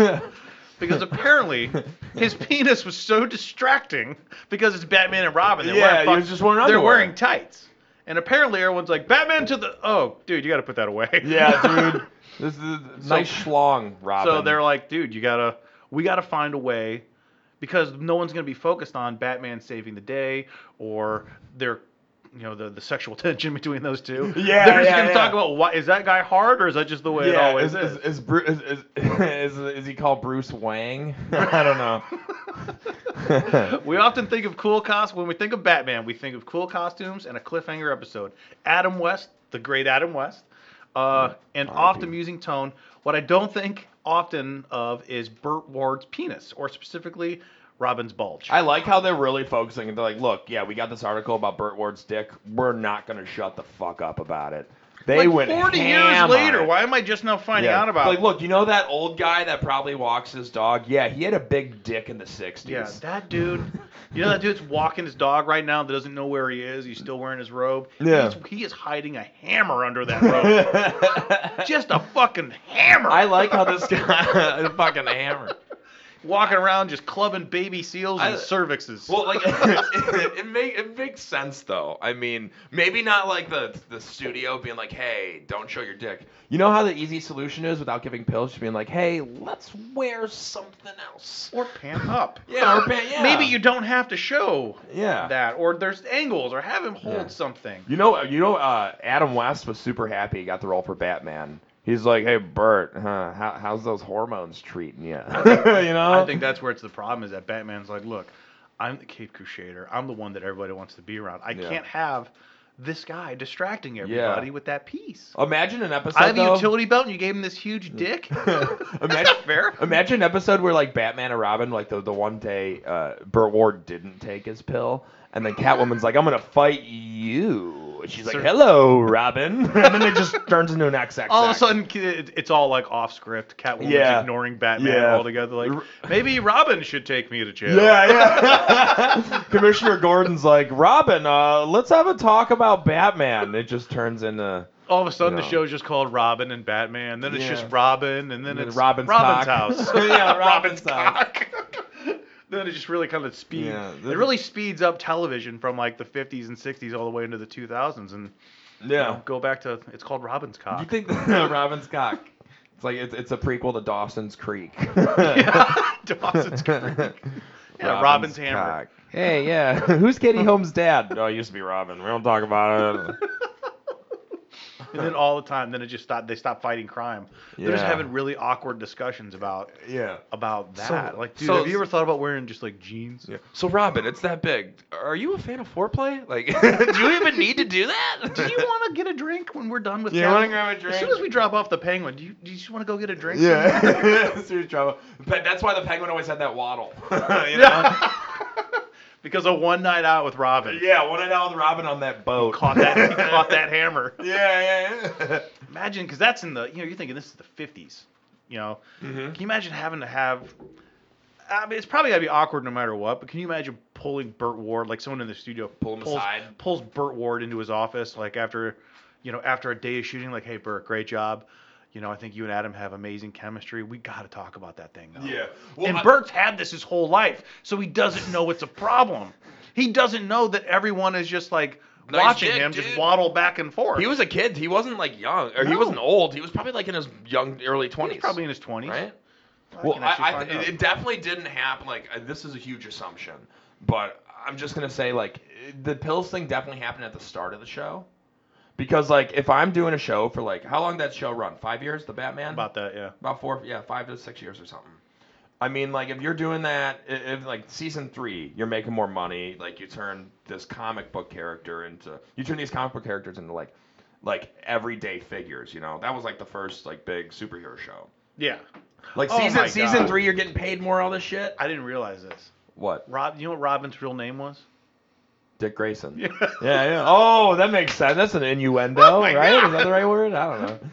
Speaker 1: because
Speaker 2: (laughs)
Speaker 1: apparently his penis was so distracting because it's Batman and Robin. They're
Speaker 2: Yeah,
Speaker 1: wearing fuck-
Speaker 2: he was just wearing
Speaker 1: They're
Speaker 2: underwear.
Speaker 1: wearing tights, and apparently everyone's like Batman to the oh dude, you got to put that away. (laughs)
Speaker 2: yeah, dude. This is nice schlong, Robin.
Speaker 1: So they're like, dude, you gotta, we gotta find a way, because no one's gonna be focused on Batman saving the day or their, you know, the, the sexual (laughs) tension between those two.
Speaker 2: (laughs) Yeah,
Speaker 1: they're just
Speaker 2: yeah,
Speaker 1: gonna
Speaker 2: yeah.
Speaker 1: talk about why is that guy hard or is that just the way it
Speaker 2: yeah,
Speaker 1: always
Speaker 2: is,
Speaker 1: is.
Speaker 2: is, is, Bru- is, is, is, (laughs) is he called Bruce Wang? (laughs) I don't know.
Speaker 1: We often think of cool costumes. When we think of Batman, we think of cool costumes and a cliffhanger episode. Adam West, the great Adam West, uh, and oft amusing tone. What I don't think often of is Burt Ward's penis, or specifically Robin's bulge.
Speaker 2: (laughs) I like how they're really focusing. and They're like, look, yeah, we got this article about Burt Ward's dick. We're not gonna shut the fuck up about it. They
Speaker 1: like
Speaker 2: went
Speaker 1: 40 years
Speaker 2: ham
Speaker 1: later.
Speaker 2: on it.
Speaker 1: Why am I just now finding
Speaker 2: Yeah.
Speaker 1: out about
Speaker 2: Like,
Speaker 1: it?
Speaker 2: look, you know that old guy that probably walks his dog? Yeah, he had a big dick in the '60s.
Speaker 1: Yeah,
Speaker 2: (laughs)
Speaker 1: that dude. You know that dude's walking his dog right now that doesn't know where he is. He's still wearing his robe.
Speaker 2: Yeah.
Speaker 1: He's, he is hiding a hammer under that
Speaker 2: (laughs)
Speaker 1: robe. just a fucking hammer.
Speaker 2: (laughs) I like how this guy fucking hammer.
Speaker 1: (laughs) walking around just clubbing baby seals and
Speaker 2: I-
Speaker 1: cervixes.
Speaker 2: Well, like (laughs) it, it, make, it makes sense though. I mean, maybe not like the the studio being like, "Hey, don't show your dick." You know how the easy solution is without giving pills, just being like, "Hey, let's wear something else."
Speaker 1: or pan up.
Speaker 2: Yeah, or, ba- yeah.
Speaker 1: Maybe you don't have to show
Speaker 2: Yeah.
Speaker 1: that, or there's angles, or have him hold
Speaker 2: Yeah.
Speaker 1: something.
Speaker 2: You know, you know, uh, Adam West was super happy he got the role for Batman. He's like, "Hey, Bert, huh, how, how's those hormones treating you?" (laughs) you know.
Speaker 1: I think that's where it's the problem is that Batman's like, look, I'm the Cape Crusader. I'm the one that everybody wants to be around. I
Speaker 2: Yeah.
Speaker 1: can't have this guy distracting everybody with that piece.
Speaker 2: Imagine an episode.
Speaker 1: I have a
Speaker 2: though-
Speaker 1: utility belt, and you gave him this
Speaker 2: (laughs)
Speaker 1: huge dick. (laughs) That's
Speaker 2: imagine,
Speaker 1: not fair.
Speaker 2: imagine an episode where like Batman and Robin, like the the one day uh, Burt Ward didn't take his pill, and then Catwoman's like, "I'm gonna fight you," and she's like,
Speaker 1: Sir-
Speaker 2: "Hello, Robin," (laughs) and then it just turns into an XX.
Speaker 1: All of a sudden, ki- it- it's all like off script. Catwoman's
Speaker 2: Yeah.
Speaker 1: ignoring Batman
Speaker 2: Yeah.
Speaker 1: altogether. Like
Speaker 2: R-
Speaker 1: maybe Robin should take me to jail.
Speaker 2: Yeah, yeah. (laughs) Commissioner Gordon's like, Robin, uh, let's have a talk about Batman. It just turns into
Speaker 1: All of a sudden,
Speaker 2: No.
Speaker 1: the show's just called Robin and Batman. Then it's
Speaker 2: Yeah.
Speaker 1: just Robin, and then
Speaker 2: And then
Speaker 1: it's
Speaker 2: Robin's
Speaker 1: Robin's
Speaker 2: cock.
Speaker 1: house. (laughs)
Speaker 2: (laughs) Yeah, Robin's cock.
Speaker 1: cock. (laughs) then it just really kind of speeds.
Speaker 2: Yeah, this
Speaker 1: it
Speaker 2: is-
Speaker 1: really speeds up television from like the 50s and 60s all the way into the 2000s, and you know, go back to it's called Robin's cock. (laughs)
Speaker 2: You think that uh, Robin's cock? It's like it's, it's a prequel to Dawson's Creek. (laughs)
Speaker 1: yeah, Dawson's Creek. Yeah, Robin's hammer.
Speaker 2: cock. Hey, yeah. (laughs) Who's Katie Holmes' dad? No, it used to be Robin. We don't talk about it.
Speaker 1: And then all the time, then it just stopped. They stopped fighting crime. (laughs) They're just
Speaker 2: Yeah.
Speaker 1: having really awkward discussions about
Speaker 2: Yeah.
Speaker 1: about
Speaker 2: So-
Speaker 1: that. like, dude,
Speaker 2: so-
Speaker 1: have you ever thought about wearing just like jeans?
Speaker 2: So Robin, it's that big. Are you a fan of
Speaker 1: (laughs)
Speaker 2: foreplay? Like, (laughs) do you even need to do that?
Speaker 1: do
Speaker 2: (laughs)
Speaker 1: you want to get a drink when we're done with?
Speaker 2: You
Speaker 1: Catwoman?
Speaker 2: wanna grab a
Speaker 1: As soon
Speaker 2: drink?
Speaker 1: as we drop off the penguin, do you, do you just want to go get a drink? (laughs)
Speaker 2: Yeah. (laughs) Serious drama. But that's why the penguin always had that waddle. (laughs) you know?
Speaker 1: Yeah. (laughs) because of one night out with Robin.
Speaker 2: (laughs) yeah, one night out with Robin on that boat.
Speaker 1: Caught that.
Speaker 2: (laughs)
Speaker 1: he caught that hammer.
Speaker 2: Yeah, (laughs) yeah,
Speaker 1: Imagine, because that's in the. You know, you're thinking this is the 50s. You know,
Speaker 2: yeah.
Speaker 1: can you imagine having to have? I mean, it's probably gotta be awkward no matter what. But can you imagine pulling Burt Ward, like someone in the studio,
Speaker 2: Pull him
Speaker 1: pulls,
Speaker 2: aside.
Speaker 1: pulls Burt Ward into his office, like after, you know, after a day of shooting, like, hey, Burt, great job. You know, I think you and Adam have amazing chemistry. We gotta talk about that thing though.
Speaker 2: Yeah. Well,
Speaker 1: and
Speaker 2: I-
Speaker 1: Bert's had this his whole life, so he doesn't know it's a problem. He doesn't know that everyone is just like
Speaker 2: Nice
Speaker 1: watching
Speaker 2: dick,
Speaker 1: him
Speaker 2: dude.
Speaker 1: just waddle back and forth.
Speaker 2: He was a kid. He wasn't like young, or he
Speaker 1: No.
Speaker 2: wasn't old. He was probably like in his young, early
Speaker 1: He was
Speaker 2: twenties.
Speaker 1: probably in his twenties.
Speaker 2: right.
Speaker 1: I
Speaker 2: Well,
Speaker 1: can actually
Speaker 2: I, I,
Speaker 1: find out.
Speaker 2: it, it definitely didn't happen. Like uh, this is a huge assumption, but I'm just gonna say like it- the pills thing definitely happened at the start of the show, because like if I'm doing a show for like how long did that show run? Five years, the Batman.
Speaker 1: about that, yeah.
Speaker 2: about four, yeah, five to six years or something. I mean, like if you're doing that, i- if like season three, you're making more money. Like you turn this comic book character into, you turn these comic book characters into like, like everyday figures. You know, that was like the first like big superhero show.
Speaker 1: Yeah.
Speaker 2: Like
Speaker 1: Oh
Speaker 2: season
Speaker 1: my
Speaker 2: season
Speaker 1: God.
Speaker 2: three, you're getting paid more. All this shit.
Speaker 1: I didn't realize this.
Speaker 2: What?
Speaker 1: Rob, you know what Robin's real name was? (laughs)
Speaker 2: Dick Grayson.
Speaker 1: Yeah.
Speaker 2: yeah, yeah. Oh, that makes sense. That's an innuendo,
Speaker 1: Oh my
Speaker 2: right?
Speaker 1: God.
Speaker 2: Is that the right word? I don't know.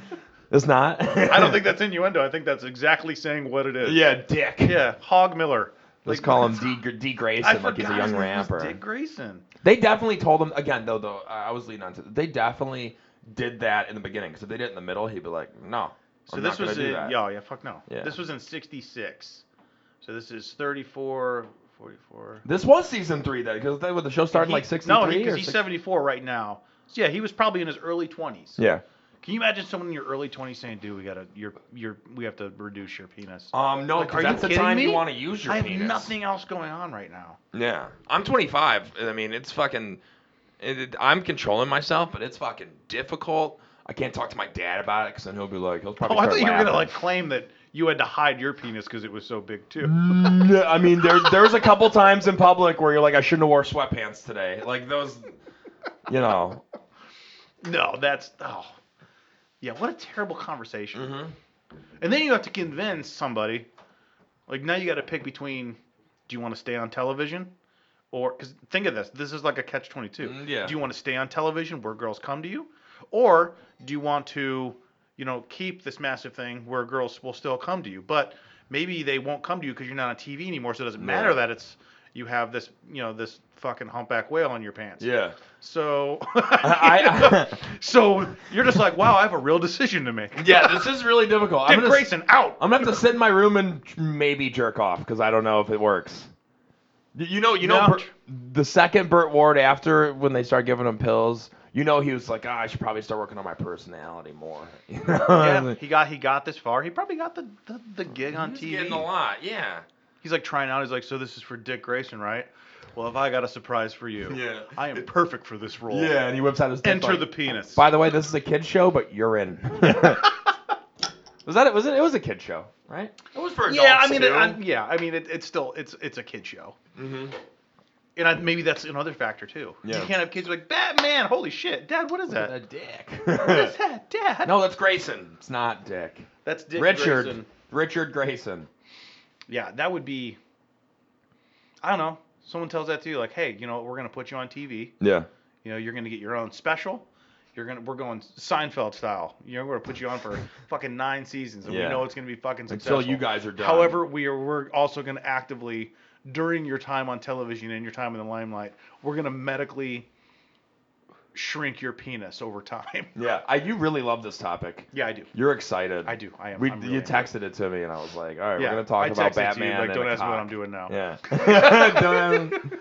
Speaker 2: It's not.
Speaker 1: I don't think that's innuendo. I think that's exactly saying what it is.
Speaker 2: (laughs) Yeah, Dick.
Speaker 1: Yeah. Hog Miller.
Speaker 2: Let's
Speaker 1: Like,
Speaker 2: call him D, D Grayson,
Speaker 1: I
Speaker 2: like he's a
Speaker 1: forgot
Speaker 2: young
Speaker 1: his name was
Speaker 2: rapper.
Speaker 1: Dick Grayson.
Speaker 2: They definitely told him again though. Though I I was leading on to they definitely did that in the beginning. Because if they did it in the middle, he'd be like, "No,
Speaker 1: So
Speaker 2: I'm
Speaker 1: this
Speaker 2: not
Speaker 1: was
Speaker 2: gonna
Speaker 1: in
Speaker 2: do that."
Speaker 1: yeah, yeah, fuck no.
Speaker 2: Yeah.
Speaker 1: This was in '66. So this is 34, 44.
Speaker 2: This was season three though, because that was the show started
Speaker 1: He-
Speaker 2: like '63
Speaker 1: No, because
Speaker 2: or
Speaker 1: he's
Speaker 2: 60
Speaker 1: 74 right now. So yeah, he was probably in his early 20s.
Speaker 2: Yeah.
Speaker 1: Can you imagine someone in your early 20s saying, "Dude, we gotta, you're, you're, we have to reduce your penis."
Speaker 2: Um, no,
Speaker 1: Like,
Speaker 2: because
Speaker 1: are you
Speaker 2: that's the
Speaker 1: kidding
Speaker 2: time you
Speaker 1: me?
Speaker 2: want to use your
Speaker 1: I have
Speaker 2: penis.
Speaker 1: nothing else going on right now.
Speaker 2: Yeah, I'm 25. and I mean, it's fucking. It, it- I'm controlling myself, but it's fucking difficult. I can't talk to my dad about it because then he'll be like, he'll probably.
Speaker 1: Oh, I
Speaker 2: start
Speaker 1: thought you were gonna
Speaker 2: laughing.
Speaker 1: like claim that you had to hide your penis because it was so big too.
Speaker 2: Mm, I mean, (laughs) there there's a couple times in public where you're like, I shouldn't have wore sweatpants today. Like those, you know.
Speaker 1: No, that's oh, yeah. What a terrible conversation.
Speaker 2: Mm-hmm.
Speaker 1: And then you have to convince somebody. Like now you got to pick between, do you want to stay on television, or because think of this, this is like a catch twenty two.
Speaker 2: Mm, yeah.
Speaker 1: Do you want to stay on television where girls come to you, or do you want to, you know, keep this massive thing where girls will still come to you, but maybe they won't come to you because you're not on TV anymore, so it doesn't matter
Speaker 2: Yeah.
Speaker 1: that it's you have this, you know, this fucking humpback whale on your pants.
Speaker 2: Yeah.
Speaker 1: So,
Speaker 2: (laughs)
Speaker 1: (laughs)
Speaker 2: I-
Speaker 1: so you're just like, wow, I have a real decision to make.
Speaker 2: Yeah, this is really difficult. I'm
Speaker 1: Dick
Speaker 2: gonna,
Speaker 1: Grayson out.
Speaker 2: I'm gonna have to sit in my room and maybe jerk off because I don't know if it works. Y- You know, you know,
Speaker 1: No.
Speaker 2: Bert- the second Burt Ward after when they start giving him pills, you know, he was like, ah, I should probably start working on my personality more. (laughs) You know?
Speaker 1: yeah, he got he got this far. He probably got the the, the gig on
Speaker 2: He's
Speaker 1: TV.
Speaker 2: getting a lot. Yeah.
Speaker 1: He's like trying out. He's like, so this is for Dick Grayson, right? Well, if I got a surprise for you,
Speaker 2: Yeah.
Speaker 1: I am perfect for this role.
Speaker 2: Yeah, and he whips out his dick,
Speaker 1: Enter
Speaker 2: like,
Speaker 1: the penis.
Speaker 2: By the way, this is a kid show, but
Speaker 1: (laughs)
Speaker 2: you're in. was that it? Was it? It was a kid show, right? It was for
Speaker 1: yeah, I mean, it, I, yeah, I mean, it, it's still it's it's a kid show,
Speaker 2: mm-hmm.
Speaker 1: and I, maybe that's another factor too.
Speaker 2: Yeah.
Speaker 1: You can't have kids like Batman. Holy shit, Dad, what is that?
Speaker 2: a dick.
Speaker 1: (laughs) What is that, Dad?
Speaker 2: no, that's Grayson. It's not Dick.
Speaker 1: that's Dick
Speaker 2: Richard.
Speaker 1: Grayson.
Speaker 2: Richard Grayson.
Speaker 1: Yeah, that would be. I don't know. Someone tells that to you, like, hey, you know, we're gonna put you on TV.
Speaker 2: Yeah.
Speaker 1: You know, you're gonna get your own special. You're gonna we're going Seinfeld style. You know, we're gonna put you on
Speaker 2: (laughs)
Speaker 1: for fucking nine seasons, and
Speaker 2: Yeah.
Speaker 1: we know it's gonna be fucking successful.
Speaker 2: Until you guys are done.
Speaker 1: However, we are we're also gonna actively during your time on television and your time in the limelight, we're gonna medically shrink your penis over
Speaker 2: (laughs)
Speaker 1: time. (laughs)
Speaker 2: yeah, I you really love this topic.
Speaker 1: yeah, I do.
Speaker 2: You're excited.
Speaker 1: I do. I am.
Speaker 2: We,
Speaker 1: I'm
Speaker 2: you
Speaker 1: really-
Speaker 2: texted it to me, and I was like, all right,
Speaker 1: Yeah,
Speaker 2: we're gonna talk
Speaker 1: I
Speaker 2: about
Speaker 1: texted
Speaker 2: Batman.
Speaker 1: You, like,
Speaker 2: and
Speaker 1: don't
Speaker 2: a
Speaker 1: ask me what
Speaker 2: cock."
Speaker 1: I'm doing now.
Speaker 2: Yeah. (laughs) Don't-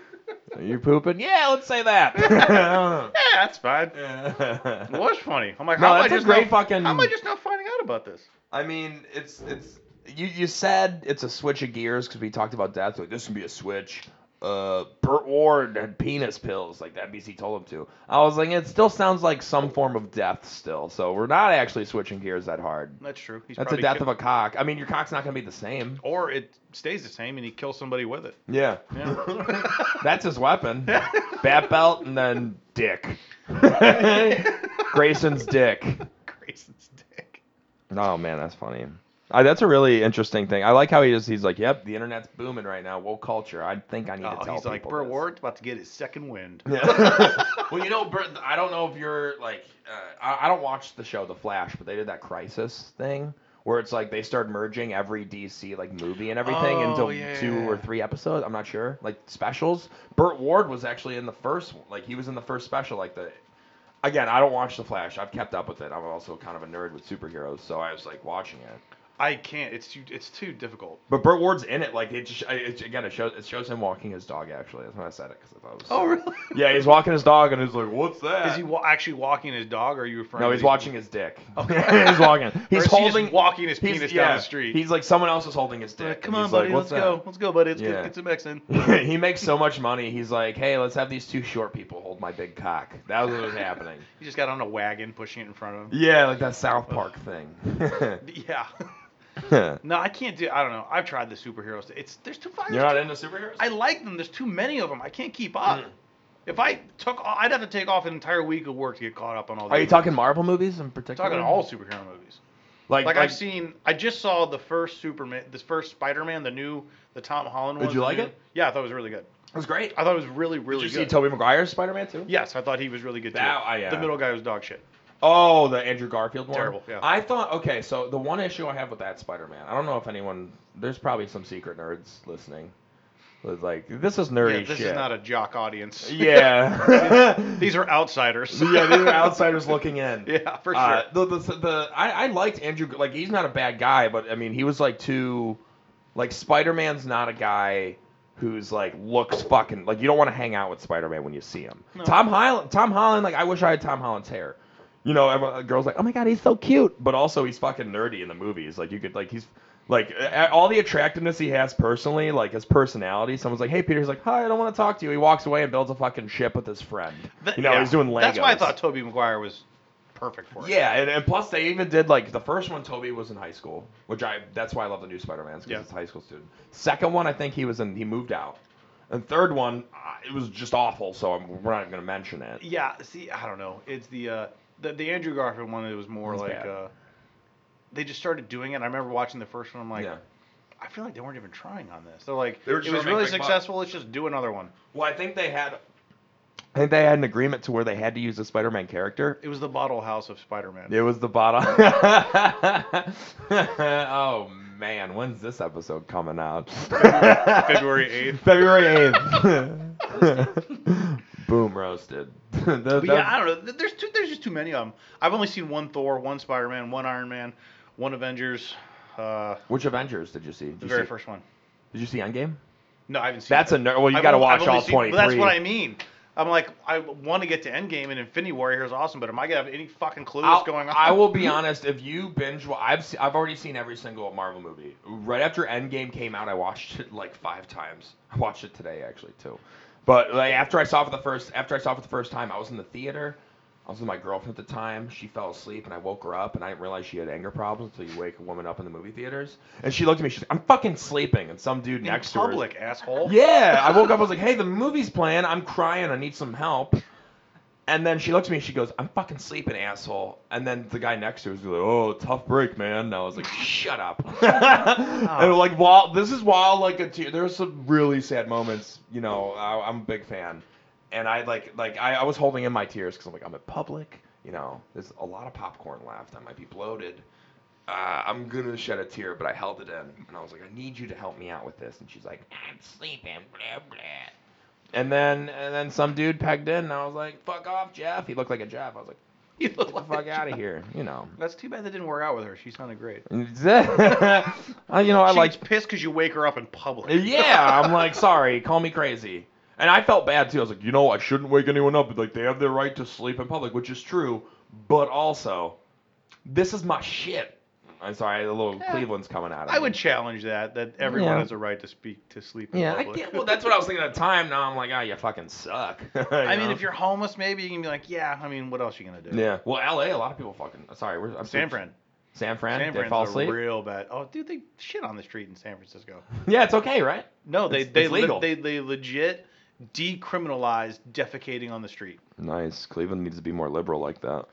Speaker 2: Are you pooping? Yeah, let's say (laughs) that.
Speaker 1: Yeah, that's fine. It
Speaker 2: what?
Speaker 1: was funny. I'm like,
Speaker 2: No,
Speaker 1: how am I
Speaker 2: that's a
Speaker 1: just now-
Speaker 2: great fucking-
Speaker 1: How am I just now finding out about this?
Speaker 2: I mean, it's it's you you said it's a switch of gears because we talked about death. Like this can be a switch. Uh, Burt Ward had penis pills, like that NBC told him to. I was like, it still sounds like some form of death still. So we're not actually switching gears that hard.
Speaker 1: That's true. He's
Speaker 2: That's a
Speaker 1: probably
Speaker 2: death
Speaker 1: kill-
Speaker 2: of a cock. I mean, your cock's not gonna be the same.
Speaker 1: Or it stays the same, and he kills somebody with it.
Speaker 2: Yeah.
Speaker 1: Yeah. (laughs)
Speaker 2: That's his weapon. Bat belt and then
Speaker 1: (laughs)
Speaker 2: dick. Grayson's dick.
Speaker 1: Grayson's dick.
Speaker 2: Oh man, that's funny. I, that's a really interesting thing. I like how he just he's like, "Yep, the internet's booming right now. Woke culture. I think I need to
Speaker 1: Oh,
Speaker 2: tell
Speaker 1: he's like,
Speaker 2: people
Speaker 1: Burt
Speaker 2: this."
Speaker 1: Ward's about to get his second wind.
Speaker 2: (laughs) Yeah. (laughs) well, you know, Bert, I don't know if you're like, uh, I, I don't watch the show The Flash, but they did that Crisis thing where it's like they start merging every DC like movie and everything
Speaker 1: Oh,
Speaker 2: into
Speaker 1: yeah,
Speaker 2: two
Speaker 1: yeah,
Speaker 2: or
Speaker 1: yeah.
Speaker 2: three episodes. I'm not sure, like specials. Burt Ward was actually in the first, one. like he was in the first special, like the. Again, I don't watch The Flash. I've kept up with it. I'm also kind of a nerd with superheroes, so I was like watching it.
Speaker 1: (laughs) I can't. It's too. It's too difficult.
Speaker 2: But Burt Ward's in it. Like it just, I- it, again, it shows it shows him walking his dog. Actually, that's when I said it because I thought it was. so-
Speaker 1: Oh, really?
Speaker 2: (laughs) Yeah, he's walking his dog and he's like, "What's that?"
Speaker 1: Is he wa- actually walking his dog? Or are you referring?
Speaker 2: No,
Speaker 1: to
Speaker 2: he's
Speaker 1: the-
Speaker 2: watching his dick.
Speaker 1: Okay.
Speaker 2: (laughs)
Speaker 1: (laughs)
Speaker 2: he's walking.
Speaker 1: or
Speaker 2: He's
Speaker 1: is he just
Speaker 2: holding.
Speaker 1: walking his
Speaker 2: he's-
Speaker 1: penis
Speaker 2: yeah,
Speaker 1: down the street.
Speaker 2: He's like someone else is holding his dick.
Speaker 1: like,
Speaker 2: and
Speaker 1: come on,
Speaker 2: he's
Speaker 1: buddy,
Speaker 2: like,
Speaker 1: let's
Speaker 2: "What's
Speaker 1: go. Let's go, buddy. Let's
Speaker 2: Yeah.
Speaker 1: get, get some
Speaker 2: (laughs)
Speaker 1: Mexican.
Speaker 2: that?" he makes so much money. He's like, hey, let's have these two short people hold my big cock. That was what
Speaker 1: (laughs)
Speaker 2: was happening.
Speaker 1: He just got on a wagon, pushing it in front of him.
Speaker 2: Yeah, like that South Park thing. (laughs)
Speaker 1: (laughs) Yeah.
Speaker 2: You're
Speaker 1: no, I can't do. I don't know. I've tried the superheroes. It's there's too. There's
Speaker 2: not into superheroes.
Speaker 1: I like them. There's too many of them. I can't keep up.
Speaker 2: Mm.
Speaker 1: If I took, I'd have to take off an entire week of work to get caught up on all.
Speaker 2: Are
Speaker 1: these.
Speaker 2: you talking Marvel movies in particular?
Speaker 1: talking all superhero movies?
Speaker 2: Like,
Speaker 1: Like, I've seen, I just saw the first Superman, this first Spider-Man, the new, the Tom Holland one.
Speaker 2: Did you
Speaker 1: the
Speaker 2: like
Speaker 1: new-
Speaker 2: it?
Speaker 1: Yeah, I thought it was really good.
Speaker 2: It was great.
Speaker 1: I thought it was really, really
Speaker 2: Did you see
Speaker 1: good.
Speaker 2: Tobey Maguire's Spider-Man too?
Speaker 1: yes, I thought he was really good too.
Speaker 2: That- I, uh,
Speaker 1: The middle guy was dog shit.
Speaker 2: Oh, the Andrew Garfield one.
Speaker 1: Terrible, yeah.
Speaker 2: I thought okay, so the one issue I have with that Spider-Man, I don't know if anyone, there's probably some secret nerds listening, was like, this is nerdy
Speaker 1: Yeah, this
Speaker 2: shit.
Speaker 1: is not a jock audience.
Speaker 2: (laughs) yeah.
Speaker 1: (laughs) these are outsiders.
Speaker 2: (laughs) yeah, these are outsiders looking in.
Speaker 1: (laughs) yeah, for sure.
Speaker 2: Uh, the, the, the, I, I liked Andrew. Like he's not a bad guy, but I mean he was like too, like Spider Man's not a guy who's like looks fucking like you don't want to hang out with Spider Man when you see him.
Speaker 1: No.
Speaker 2: Tom Holland, Tom Holland, like I wish I had Tom Holland's hair. You know, everyone, a girls like, oh my god, he's so cute, but also he's fucking nerdy in the movies. Like you could like he's. Like a- all the attractiveness he has personally, like his personality, someone's like, "Hey, Peter," he's like, "Hi, I don't want to talk to you." He walks away and builds a fucking ship with his friend.
Speaker 1: Th-
Speaker 2: you know,
Speaker 1: yeah.
Speaker 2: he's doing Legos.
Speaker 1: That's why I thought Toby Maguire was perfect for it.
Speaker 2: Yeah, and, and plus they even did like the first one. Toby was in high school, which I that's why I love the new Spider-Man because
Speaker 1: Yeah.
Speaker 2: it's a high school student. Second one, I think he was in. He moved out. And third one, uh, it was just awful. So I'm, we're not even gonna mention it.
Speaker 1: Yeah, see, I don't know. It's the uh, the, the Andrew Garfield one. It was more
Speaker 2: It's
Speaker 1: like
Speaker 2: bad.
Speaker 1: uh, they just started doing it. I remember watching the first one. I'm like,
Speaker 2: yeah.
Speaker 1: I feel like they weren't even trying on this. They're like,
Speaker 2: They were
Speaker 1: it
Speaker 2: just
Speaker 1: was
Speaker 2: trying to
Speaker 1: really
Speaker 2: make quick buck.
Speaker 1: successful. Let's just do another one.
Speaker 2: Well, I think they had. I think they had an agreement to where they had to use the Spider-Man character.
Speaker 1: It was the Bottle House of Spider-Man.
Speaker 2: It was the bottom. (laughs) oh man, when's this episode coming
Speaker 1: (laughs)
Speaker 2: out?
Speaker 1: February eighth.
Speaker 2: February 8th. (laughs) Boom roasted. (laughs) That-
Speaker 1: But yeah,
Speaker 2: that's-
Speaker 1: I don't know. Th- There's too, there's just too many of them. I've only seen one Thor, one Spider Man, one Iron Man, one Avengers. Uh,
Speaker 2: Which Avengers did you see? Did
Speaker 1: the
Speaker 2: you
Speaker 1: very
Speaker 2: see,
Speaker 1: first one.
Speaker 2: Did you see Endgame?
Speaker 1: No, I haven't seen.
Speaker 2: That's
Speaker 1: it.
Speaker 2: a nerd. Well, you
Speaker 1: I've
Speaker 2: got to
Speaker 1: only- I've
Speaker 2: watch
Speaker 1: only
Speaker 2: all
Speaker 1: seen- but
Speaker 2: 23.
Speaker 1: That's what I mean. I'm like, I want to get to Endgame and Infinity War here is awesome, but am I gonna have any fucking clue what's
Speaker 2: I'll-
Speaker 1: going on?
Speaker 2: I will be honest. If you binge, wa- I've se- I've already seen every single Marvel movie. Right after Endgame came out, I watched it like five times. I watched it today actually too. But like after I saw it for the first after I saw it for the first time, I was in the theater. I was with my girlfriend at the time. She fell asleep, and I woke her up, and I didn't realize she had anger problems until you wake a woman up in the movie theaters. And she looked at me. She's like, "I'm fucking sleeping," and some dude
Speaker 1: in
Speaker 2: next to her.
Speaker 1: public, asshole.
Speaker 2: Yeah, I woke up. I was like, "Hey, the movie's playing. I'm crying. I need some help." And then she looks at me. and She goes, "I'm fucking sleeping, asshole." And then the guy next to her was like, "Oh, tough break, man." And I was like, "Shut up." (laughs) and like, while this is while like a tear, there's some really sad moments. You know, I, I'm a big fan, and I like like I, I was holding in my tears because I'm like, I'm in public. You know, there's a lot of popcorn left. I might be bloated uh, I'm gonna shed a tear, but I held it in, and I was like, I need you to help me out with this, and she's like, I'm sleeping, blah blah. And then and then some dude pegged in, and I was like, fuck off, Jeff. He looked like a Jeff. I was like,
Speaker 1: (laughs) You look
Speaker 2: get the
Speaker 1: like
Speaker 2: fuck
Speaker 1: a
Speaker 2: out
Speaker 1: jerk.
Speaker 2: of here, you know.
Speaker 1: That's too bad that didn't work out with her. She sounded great.
Speaker 2: Uh, you know, (laughs) I
Speaker 1: she
Speaker 2: like.
Speaker 1: gets pissed because you wake her up in public.
Speaker 2: Yeah, I'm like, sorry, call me crazy. And I felt bad too. I was like, you know, I shouldn't wake anyone up. But like, they have their right to sleep in public, which is true. But also, this is my shit. I'm sorry, the little
Speaker 1: Yeah.
Speaker 2: Cleveland's coming out. Of
Speaker 1: I
Speaker 2: me.
Speaker 1: would challenge that. That everyone
Speaker 2: Yeah.
Speaker 1: has a right to speak to sleep in
Speaker 2: Yeah, I
Speaker 1: public.
Speaker 2: get. Well, that's what I was thinking at the time. Now I'm like, ah, you fucking suck. (laughs)
Speaker 1: I mean, if you're homeless, maybe you can be like, yeah. I mean, what else you gonna do?
Speaker 2: Yeah. Well, L.A. A lot of people fucking. Sorry, we're, I'm
Speaker 1: San Fran.
Speaker 2: San Fran.
Speaker 1: San
Speaker 2: they
Speaker 1: Fran's
Speaker 2: fall
Speaker 1: a
Speaker 2: asleep.
Speaker 1: real bad. Oh, dude, they shit on the street in San Francisco.
Speaker 2: Yeah, it's okay, right?
Speaker 1: No, they
Speaker 2: It's-
Speaker 1: they
Speaker 2: it's
Speaker 1: le-
Speaker 2: legal.
Speaker 1: they they legit decriminalized defecating on the street.
Speaker 2: Nice. Cleveland needs to be more liberal like that.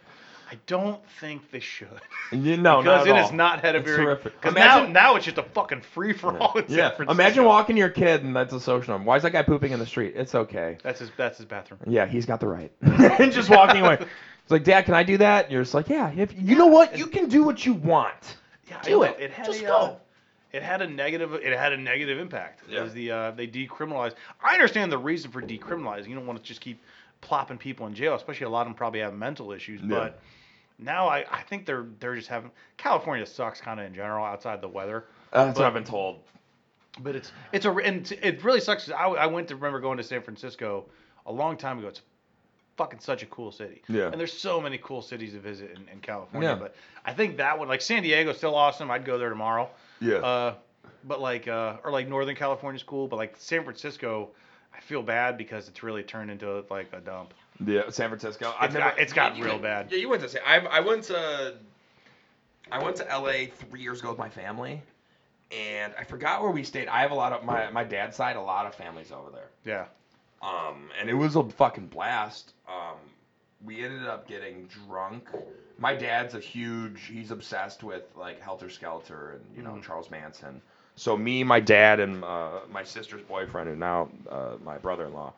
Speaker 1: I don't think they should
Speaker 2: (laughs) You, (laughs) no,
Speaker 1: because
Speaker 2: not
Speaker 1: it
Speaker 2: at
Speaker 1: has
Speaker 2: all.
Speaker 1: not had a
Speaker 2: It's
Speaker 1: very
Speaker 2: horrific.
Speaker 1: because now
Speaker 2: Imagine-
Speaker 1: now it's just a fucking free for all. in San
Speaker 2: Yeah.
Speaker 1: Francisco.
Speaker 2: Imagine walking to your kid and that's a social norm. Why is that guy pooping in the street? It's okay.
Speaker 1: That's his that's his bathroom.
Speaker 2: Yeah, he's got the right. (laughs) and just walking away. It's like, Dad, can I do that? You're just like, yeah. If you know what, you can do what you want.
Speaker 1: Yeah,
Speaker 2: Do
Speaker 1: I know.
Speaker 2: it.
Speaker 1: had
Speaker 2: Just
Speaker 1: a,
Speaker 2: go.
Speaker 1: uh, it had a negative. It had a negative impact.
Speaker 2: Yeah.
Speaker 1: Is the uh, they decriminalized? I understand the reason for decriminalizing. You don't want to just keep plopping people in jail, especially a lot of them probably have mental issues.
Speaker 2: Yeah.
Speaker 1: But now I, I think they're they're just having California sucks kind of in general outside the weather.
Speaker 2: Uh, that's
Speaker 1: But-
Speaker 2: what I've been told.
Speaker 1: But it's it's a and it's- it really sucks. 'cause I, I went to remember going to San Francisco a long time ago. It's fucking such a cool city.
Speaker 2: Yeah.
Speaker 1: And there's so many cool cities to visit in, in California.
Speaker 2: Yeah.
Speaker 1: But I think that one, like San Diego's still awesome. I'd go there tomorrow.
Speaker 2: Yeah.
Speaker 1: Uh, but like uh, or like Northern California's cool. But like San Francisco, I feel bad because it's really turned into like a dump.
Speaker 2: Yeah, San Francisco. I've
Speaker 1: It's
Speaker 2: never,
Speaker 1: got- it's got
Speaker 2: You
Speaker 1: real
Speaker 2: went-
Speaker 1: bad.
Speaker 2: Yeah, you went to. San- I, I went to. I went to L.A. three years ago with my family, and I forgot where we stayed. I have a lot of my my dad's side, a lot of families over there.
Speaker 1: Yeah.
Speaker 2: Um, and it was a fucking blast. Um, we ended up getting drunk. My dad's a huge. He's obsessed with like Helter Skelter and you know
Speaker 1: Mhm.
Speaker 2: Charles Manson. So me, my dad, and uh, my sister's boyfriend, who now uh, my brother-in-law,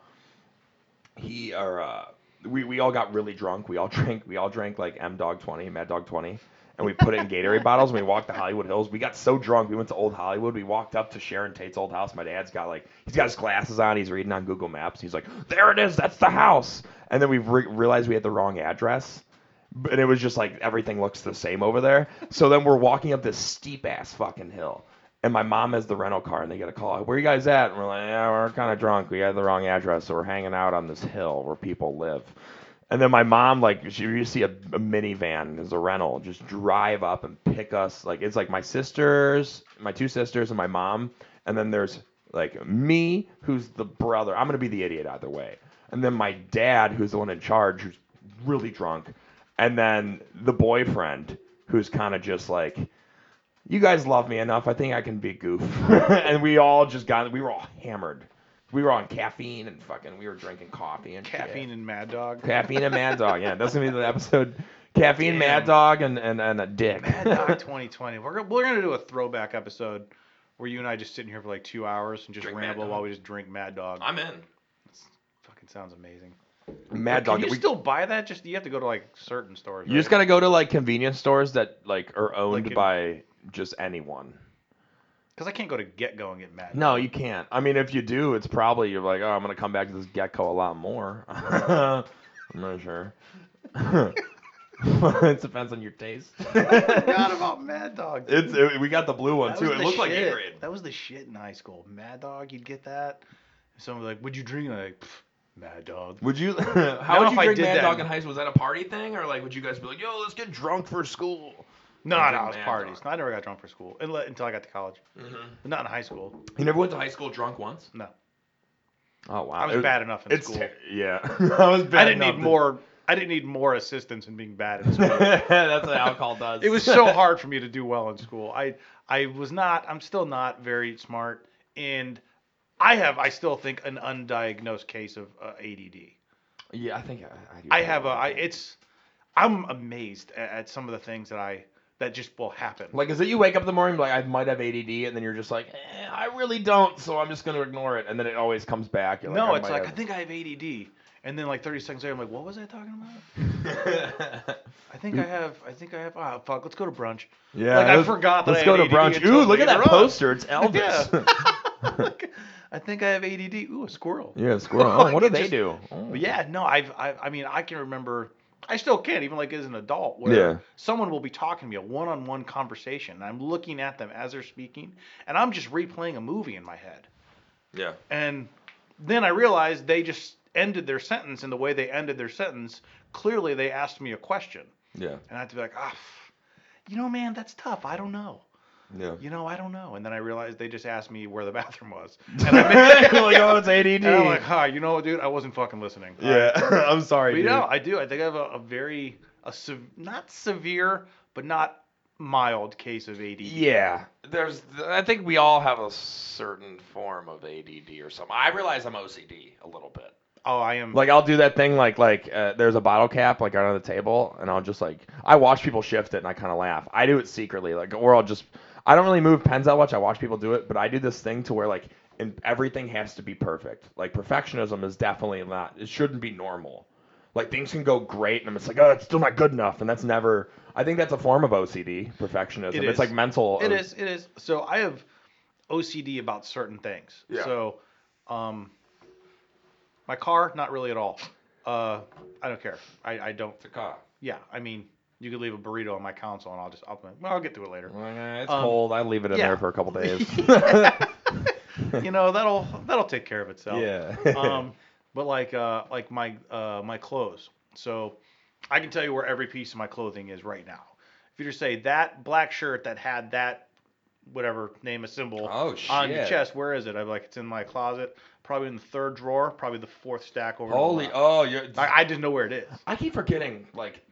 Speaker 2: he or uh, we we all got really drunk. We all (laughs) drank. We all drank like M Dog Twenty, Mad Dog Twenty. And we put it in Gatorade bottles and we walked to Hollywood Hills. We got so drunk. We went to Old Hollywood. We walked up to Sharon Tate's old house. My dad's got like, he's got his glasses on. He's reading on Google Maps. He's like, there it is. That's the house. And then we re- realized we had the wrong address. B- And it was just like, everything looks the same over there. So then we're walking up this steep ass fucking hill. And my mom has the rental car, and they get a call. Where you guys at? And we're like, yeah, we're kind of drunk. We had the wrong address, so we're hanging out on this hill where people live. And then my mom, like, she you see a, a minivan as a rental, just drive up and pick us. Like, it's like my sisters, my two sisters, and my mom. And then there's like me, who's the brother. I'm gonna be the idiot either way. And then my dad, who's the one in charge, who's really drunk. And then the boyfriend, who's kind of just like, you guys love me enough. I think I can be a goof. (laughs) and we all just got, we were all hammered. We were on caffeine and fucking, we were drinking coffee and shit.
Speaker 1: Caffeine and Mad Dog.
Speaker 2: Caffeine and Mad Dog. Yeah, that's gonna be
Speaker 1: (laughs)
Speaker 2: the episode. Caffeine, Mad
Speaker 1: Damn.
Speaker 2: Dog, and and, and a
Speaker 1: (laughs)
Speaker 2: dick.
Speaker 1: Mad Dog
Speaker 2: (laughs)
Speaker 1: 2020. We're gonna, we're gonna do a throwback episode where you and I just sit in here for like two hours and just
Speaker 2: Drink Mad
Speaker 1: ramble
Speaker 2: Dog.
Speaker 1: while we just drink Mad Dog.
Speaker 2: I'm in.
Speaker 1: Fucking sounds amazing.
Speaker 2: Mad
Speaker 1: Can
Speaker 2: Dog.
Speaker 1: you
Speaker 2: We,
Speaker 1: still buy that? Just you have to go to like certain stores.
Speaker 2: you just
Speaker 1: right?
Speaker 2: gotta go to like convenience stores that like are owned
Speaker 1: Like in-
Speaker 2: by just anyone.
Speaker 1: because I can't go to Get Go and get mad.
Speaker 2: No, you can't. I mean, if you do, it's probably you're like, oh, I'm gonna come back to this gecko a lot more. (laughs) I'm not sure. (laughs) it depends on
Speaker 1: (laughs)
Speaker 2: your taste.
Speaker 1: forgot about Mad Dog. dude.
Speaker 2: (laughs) it's it, we got the blue one
Speaker 1: That
Speaker 2: too.
Speaker 1: was
Speaker 2: It
Speaker 1: the
Speaker 2: looked like
Speaker 1: shit.
Speaker 2: Gatorade.
Speaker 1: That was the shit in high school. Mad Dog, you'd get that. Someone was like, "Would you drink?" And I'm like, "Pff, Mad Dog.
Speaker 2: Would you? (laughs) how
Speaker 1: Now
Speaker 2: would
Speaker 1: if
Speaker 2: you
Speaker 1: I
Speaker 2: drink
Speaker 1: did
Speaker 2: Mad
Speaker 1: that-
Speaker 2: Dog in high school? Was that a party thing, or like would you guys be like, yo, let's get drunk for school?
Speaker 1: No,
Speaker 2: I'd
Speaker 1: no,
Speaker 2: drink
Speaker 1: it was
Speaker 2: Mad
Speaker 1: parties.
Speaker 2: Dog.
Speaker 1: No, I never got drunk for school unle- until I got to college.
Speaker 2: Mm-hmm.
Speaker 1: But not in high school.
Speaker 2: You never went to high school drunk once?
Speaker 1: No.
Speaker 2: Oh wow,
Speaker 1: I was
Speaker 2: It-
Speaker 1: bad enough in
Speaker 2: It's
Speaker 1: school.
Speaker 2: ter- yeah, (laughs) I was bad.
Speaker 1: I didn't
Speaker 2: enough
Speaker 1: need
Speaker 2: to-
Speaker 1: more. I didn't need more assistance in being bad in school.
Speaker 2: (laughs) That's what alcohol does.
Speaker 1: it
Speaker 2: (laughs)
Speaker 1: was so hard for me to do well in school. I I was not. I'm still not very smart, and I have. I still think an undiagnosed case of uh, ADD.
Speaker 2: Yeah, I think I. I, do
Speaker 1: I
Speaker 2: too.
Speaker 1: have a. I, it's. I'm amazed at, at some of the things that I that just will happen.
Speaker 2: Like, is it you wake up in the morning like I might have ADD, and then you're just like, eh, I really don't, so I'm just gonna ignore it, and then it always comes back. You're
Speaker 1: no,
Speaker 2: I
Speaker 1: it's
Speaker 2: might
Speaker 1: like I think I have ADD, and then like 30 seconds later, I'm like, what was I talking about?
Speaker 2: have-
Speaker 1: I think I have. I think I have. Ah, fuck. Let's go to brunch.
Speaker 2: (laughs)
Speaker 1: (laughs)
Speaker 2: yeah.
Speaker 1: Like, I
Speaker 2: let's-
Speaker 1: forgot that
Speaker 2: Let's
Speaker 1: I
Speaker 2: go
Speaker 1: had
Speaker 2: to
Speaker 1: ADD
Speaker 2: brunch.
Speaker 1: until
Speaker 2: Ooh, look at
Speaker 1: later
Speaker 2: that
Speaker 1: on.
Speaker 2: poster. (laughs) It's Elvis.
Speaker 1: I think I have ADD. Ooh, a squirrel.
Speaker 2: Yeah, (laughs) squirrel. Oh,
Speaker 1: Like,
Speaker 2: what do
Speaker 1: it
Speaker 2: they
Speaker 1: just-
Speaker 2: do? Oh.
Speaker 1: But yeah, no, I've, i I mean, I can remember. I still can, even like as an adult, where
Speaker 2: Yeah.
Speaker 1: someone will be talking to me a one-on-one conversation, and I'm looking at them as they're speaking, and I'm just replaying a movie in my head.
Speaker 2: Yeah.
Speaker 1: And then I realized they just ended their sentence, and the way they ended their sentence, clearly they asked me a question,
Speaker 2: Yeah.
Speaker 1: and I had to be like, ah, pff, you know, man, that's tough. I don't know.
Speaker 2: Yeah.
Speaker 1: You know, I don't know. And then I realized they just asked me where the (laughs) bathroom was, and
Speaker 2: (laughs)
Speaker 1: I
Speaker 2: like, oh, it's ADD.
Speaker 1: and I'm like, hi, you know, what, dude, I wasn't fucking listening.
Speaker 2: (laughs) yeah, (laughs) I'm sorry,
Speaker 1: But
Speaker 2: dude.
Speaker 1: no, I do. I think I have a, a very a sev- not severe, but not mild case of ADD.
Speaker 2: Yeah. There's I think we all have a certain form of ADD or something. I realize I'm OCD a little bit.
Speaker 1: Oh, I am.
Speaker 2: Like I'll do that thing like like uh, there's a bottle cap like under the table and I'll just like I watch people shift it and I kind of laugh. I do it secretly like or I'll just I don't really move pens that much. I watch people do it, but I do this thing to where like and everything has to be perfect. Like perfectionism is definitely not it shouldn't be normal. Like things can go great and I'm just like oh it's still not good enough and that's never I think that's a form of OCD perfectionism.
Speaker 1: It
Speaker 2: it's
Speaker 1: is.
Speaker 2: like mental
Speaker 1: it
Speaker 2: uh,
Speaker 1: is. It is. So I have OCD about certain things.
Speaker 2: Yeah.
Speaker 1: So, um, my car, not really at all. Uh, I don't care. I, I don't.
Speaker 2: It's a car.
Speaker 1: Yeah. I mean, you could leave a burrito on my console, and I'll just. I'll, well, I'll get to it
Speaker 2: (laughs)
Speaker 1: later.
Speaker 2: "Eh, It's
Speaker 1: Um,
Speaker 2: cold. I leave it in
Speaker 1: yeah.
Speaker 2: there for
Speaker 1: (laughs)
Speaker 2: a couple days. (laughs)
Speaker 1: you know, that'll that'll take care of itself.
Speaker 2: yeah.
Speaker 1: um, but like uh, like my uh, my clothes. So I can tell you where every piece of my clothing is right now. If you just say that black shirt that had that whatever name a symbol
Speaker 2: oh
Speaker 1: on your chest, where is it? I'm like, it's in my closet, probably in the third drawer, probably the fourth stack over. to the
Speaker 2: Holy!
Speaker 1: left.
Speaker 2: Oh, you're,
Speaker 1: I, I just know where it is.
Speaker 2: I keep forgetting like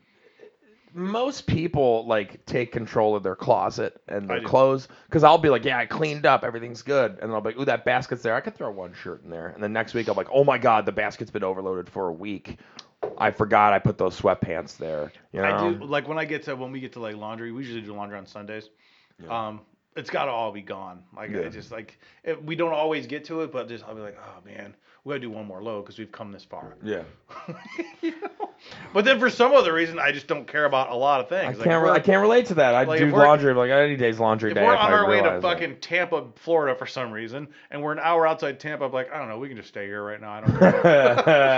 Speaker 2: most people like take control of their closet and
Speaker 1: I
Speaker 2: their
Speaker 1: do.
Speaker 2: clothes because I'll be like, yeah, I cleaned up, everything's good, and I'll be like, ooh, that basket's there. I could throw one shirt in there, and then next week I'm like, oh my god, the basket's been overloaded for a week. I forgot I put those sweatpants there. You know?
Speaker 1: I do like when I get to when we get to like laundry. We usually do laundry on Sundays.
Speaker 2: Yeah.
Speaker 1: Um, it's got to all be gone. Like
Speaker 2: Yeah.
Speaker 1: I just like it, we don't always get to it, but just I'll be like, oh man, we gotta do one more load because we've come this far.
Speaker 2: Yeah,
Speaker 1: You know? But then for some other reason, I just don't care about a lot of
Speaker 2: I
Speaker 1: things. Like,
Speaker 2: can't.
Speaker 1: if
Speaker 2: Re-
Speaker 1: we're-
Speaker 2: I can't relate to that. I
Speaker 1: like,
Speaker 2: do
Speaker 1: if we're-
Speaker 2: laundry. Like any day's laundry
Speaker 1: If
Speaker 2: day.
Speaker 1: we're on
Speaker 2: I
Speaker 1: our way to
Speaker 2: realize it. (laughs)
Speaker 1: fucking Tampa, Florida, for some reason, and we're an hour outside Tampa, I'm like, I don't know, we can just stay here right now. I
Speaker 2: (laughs)
Speaker 1: don't. care.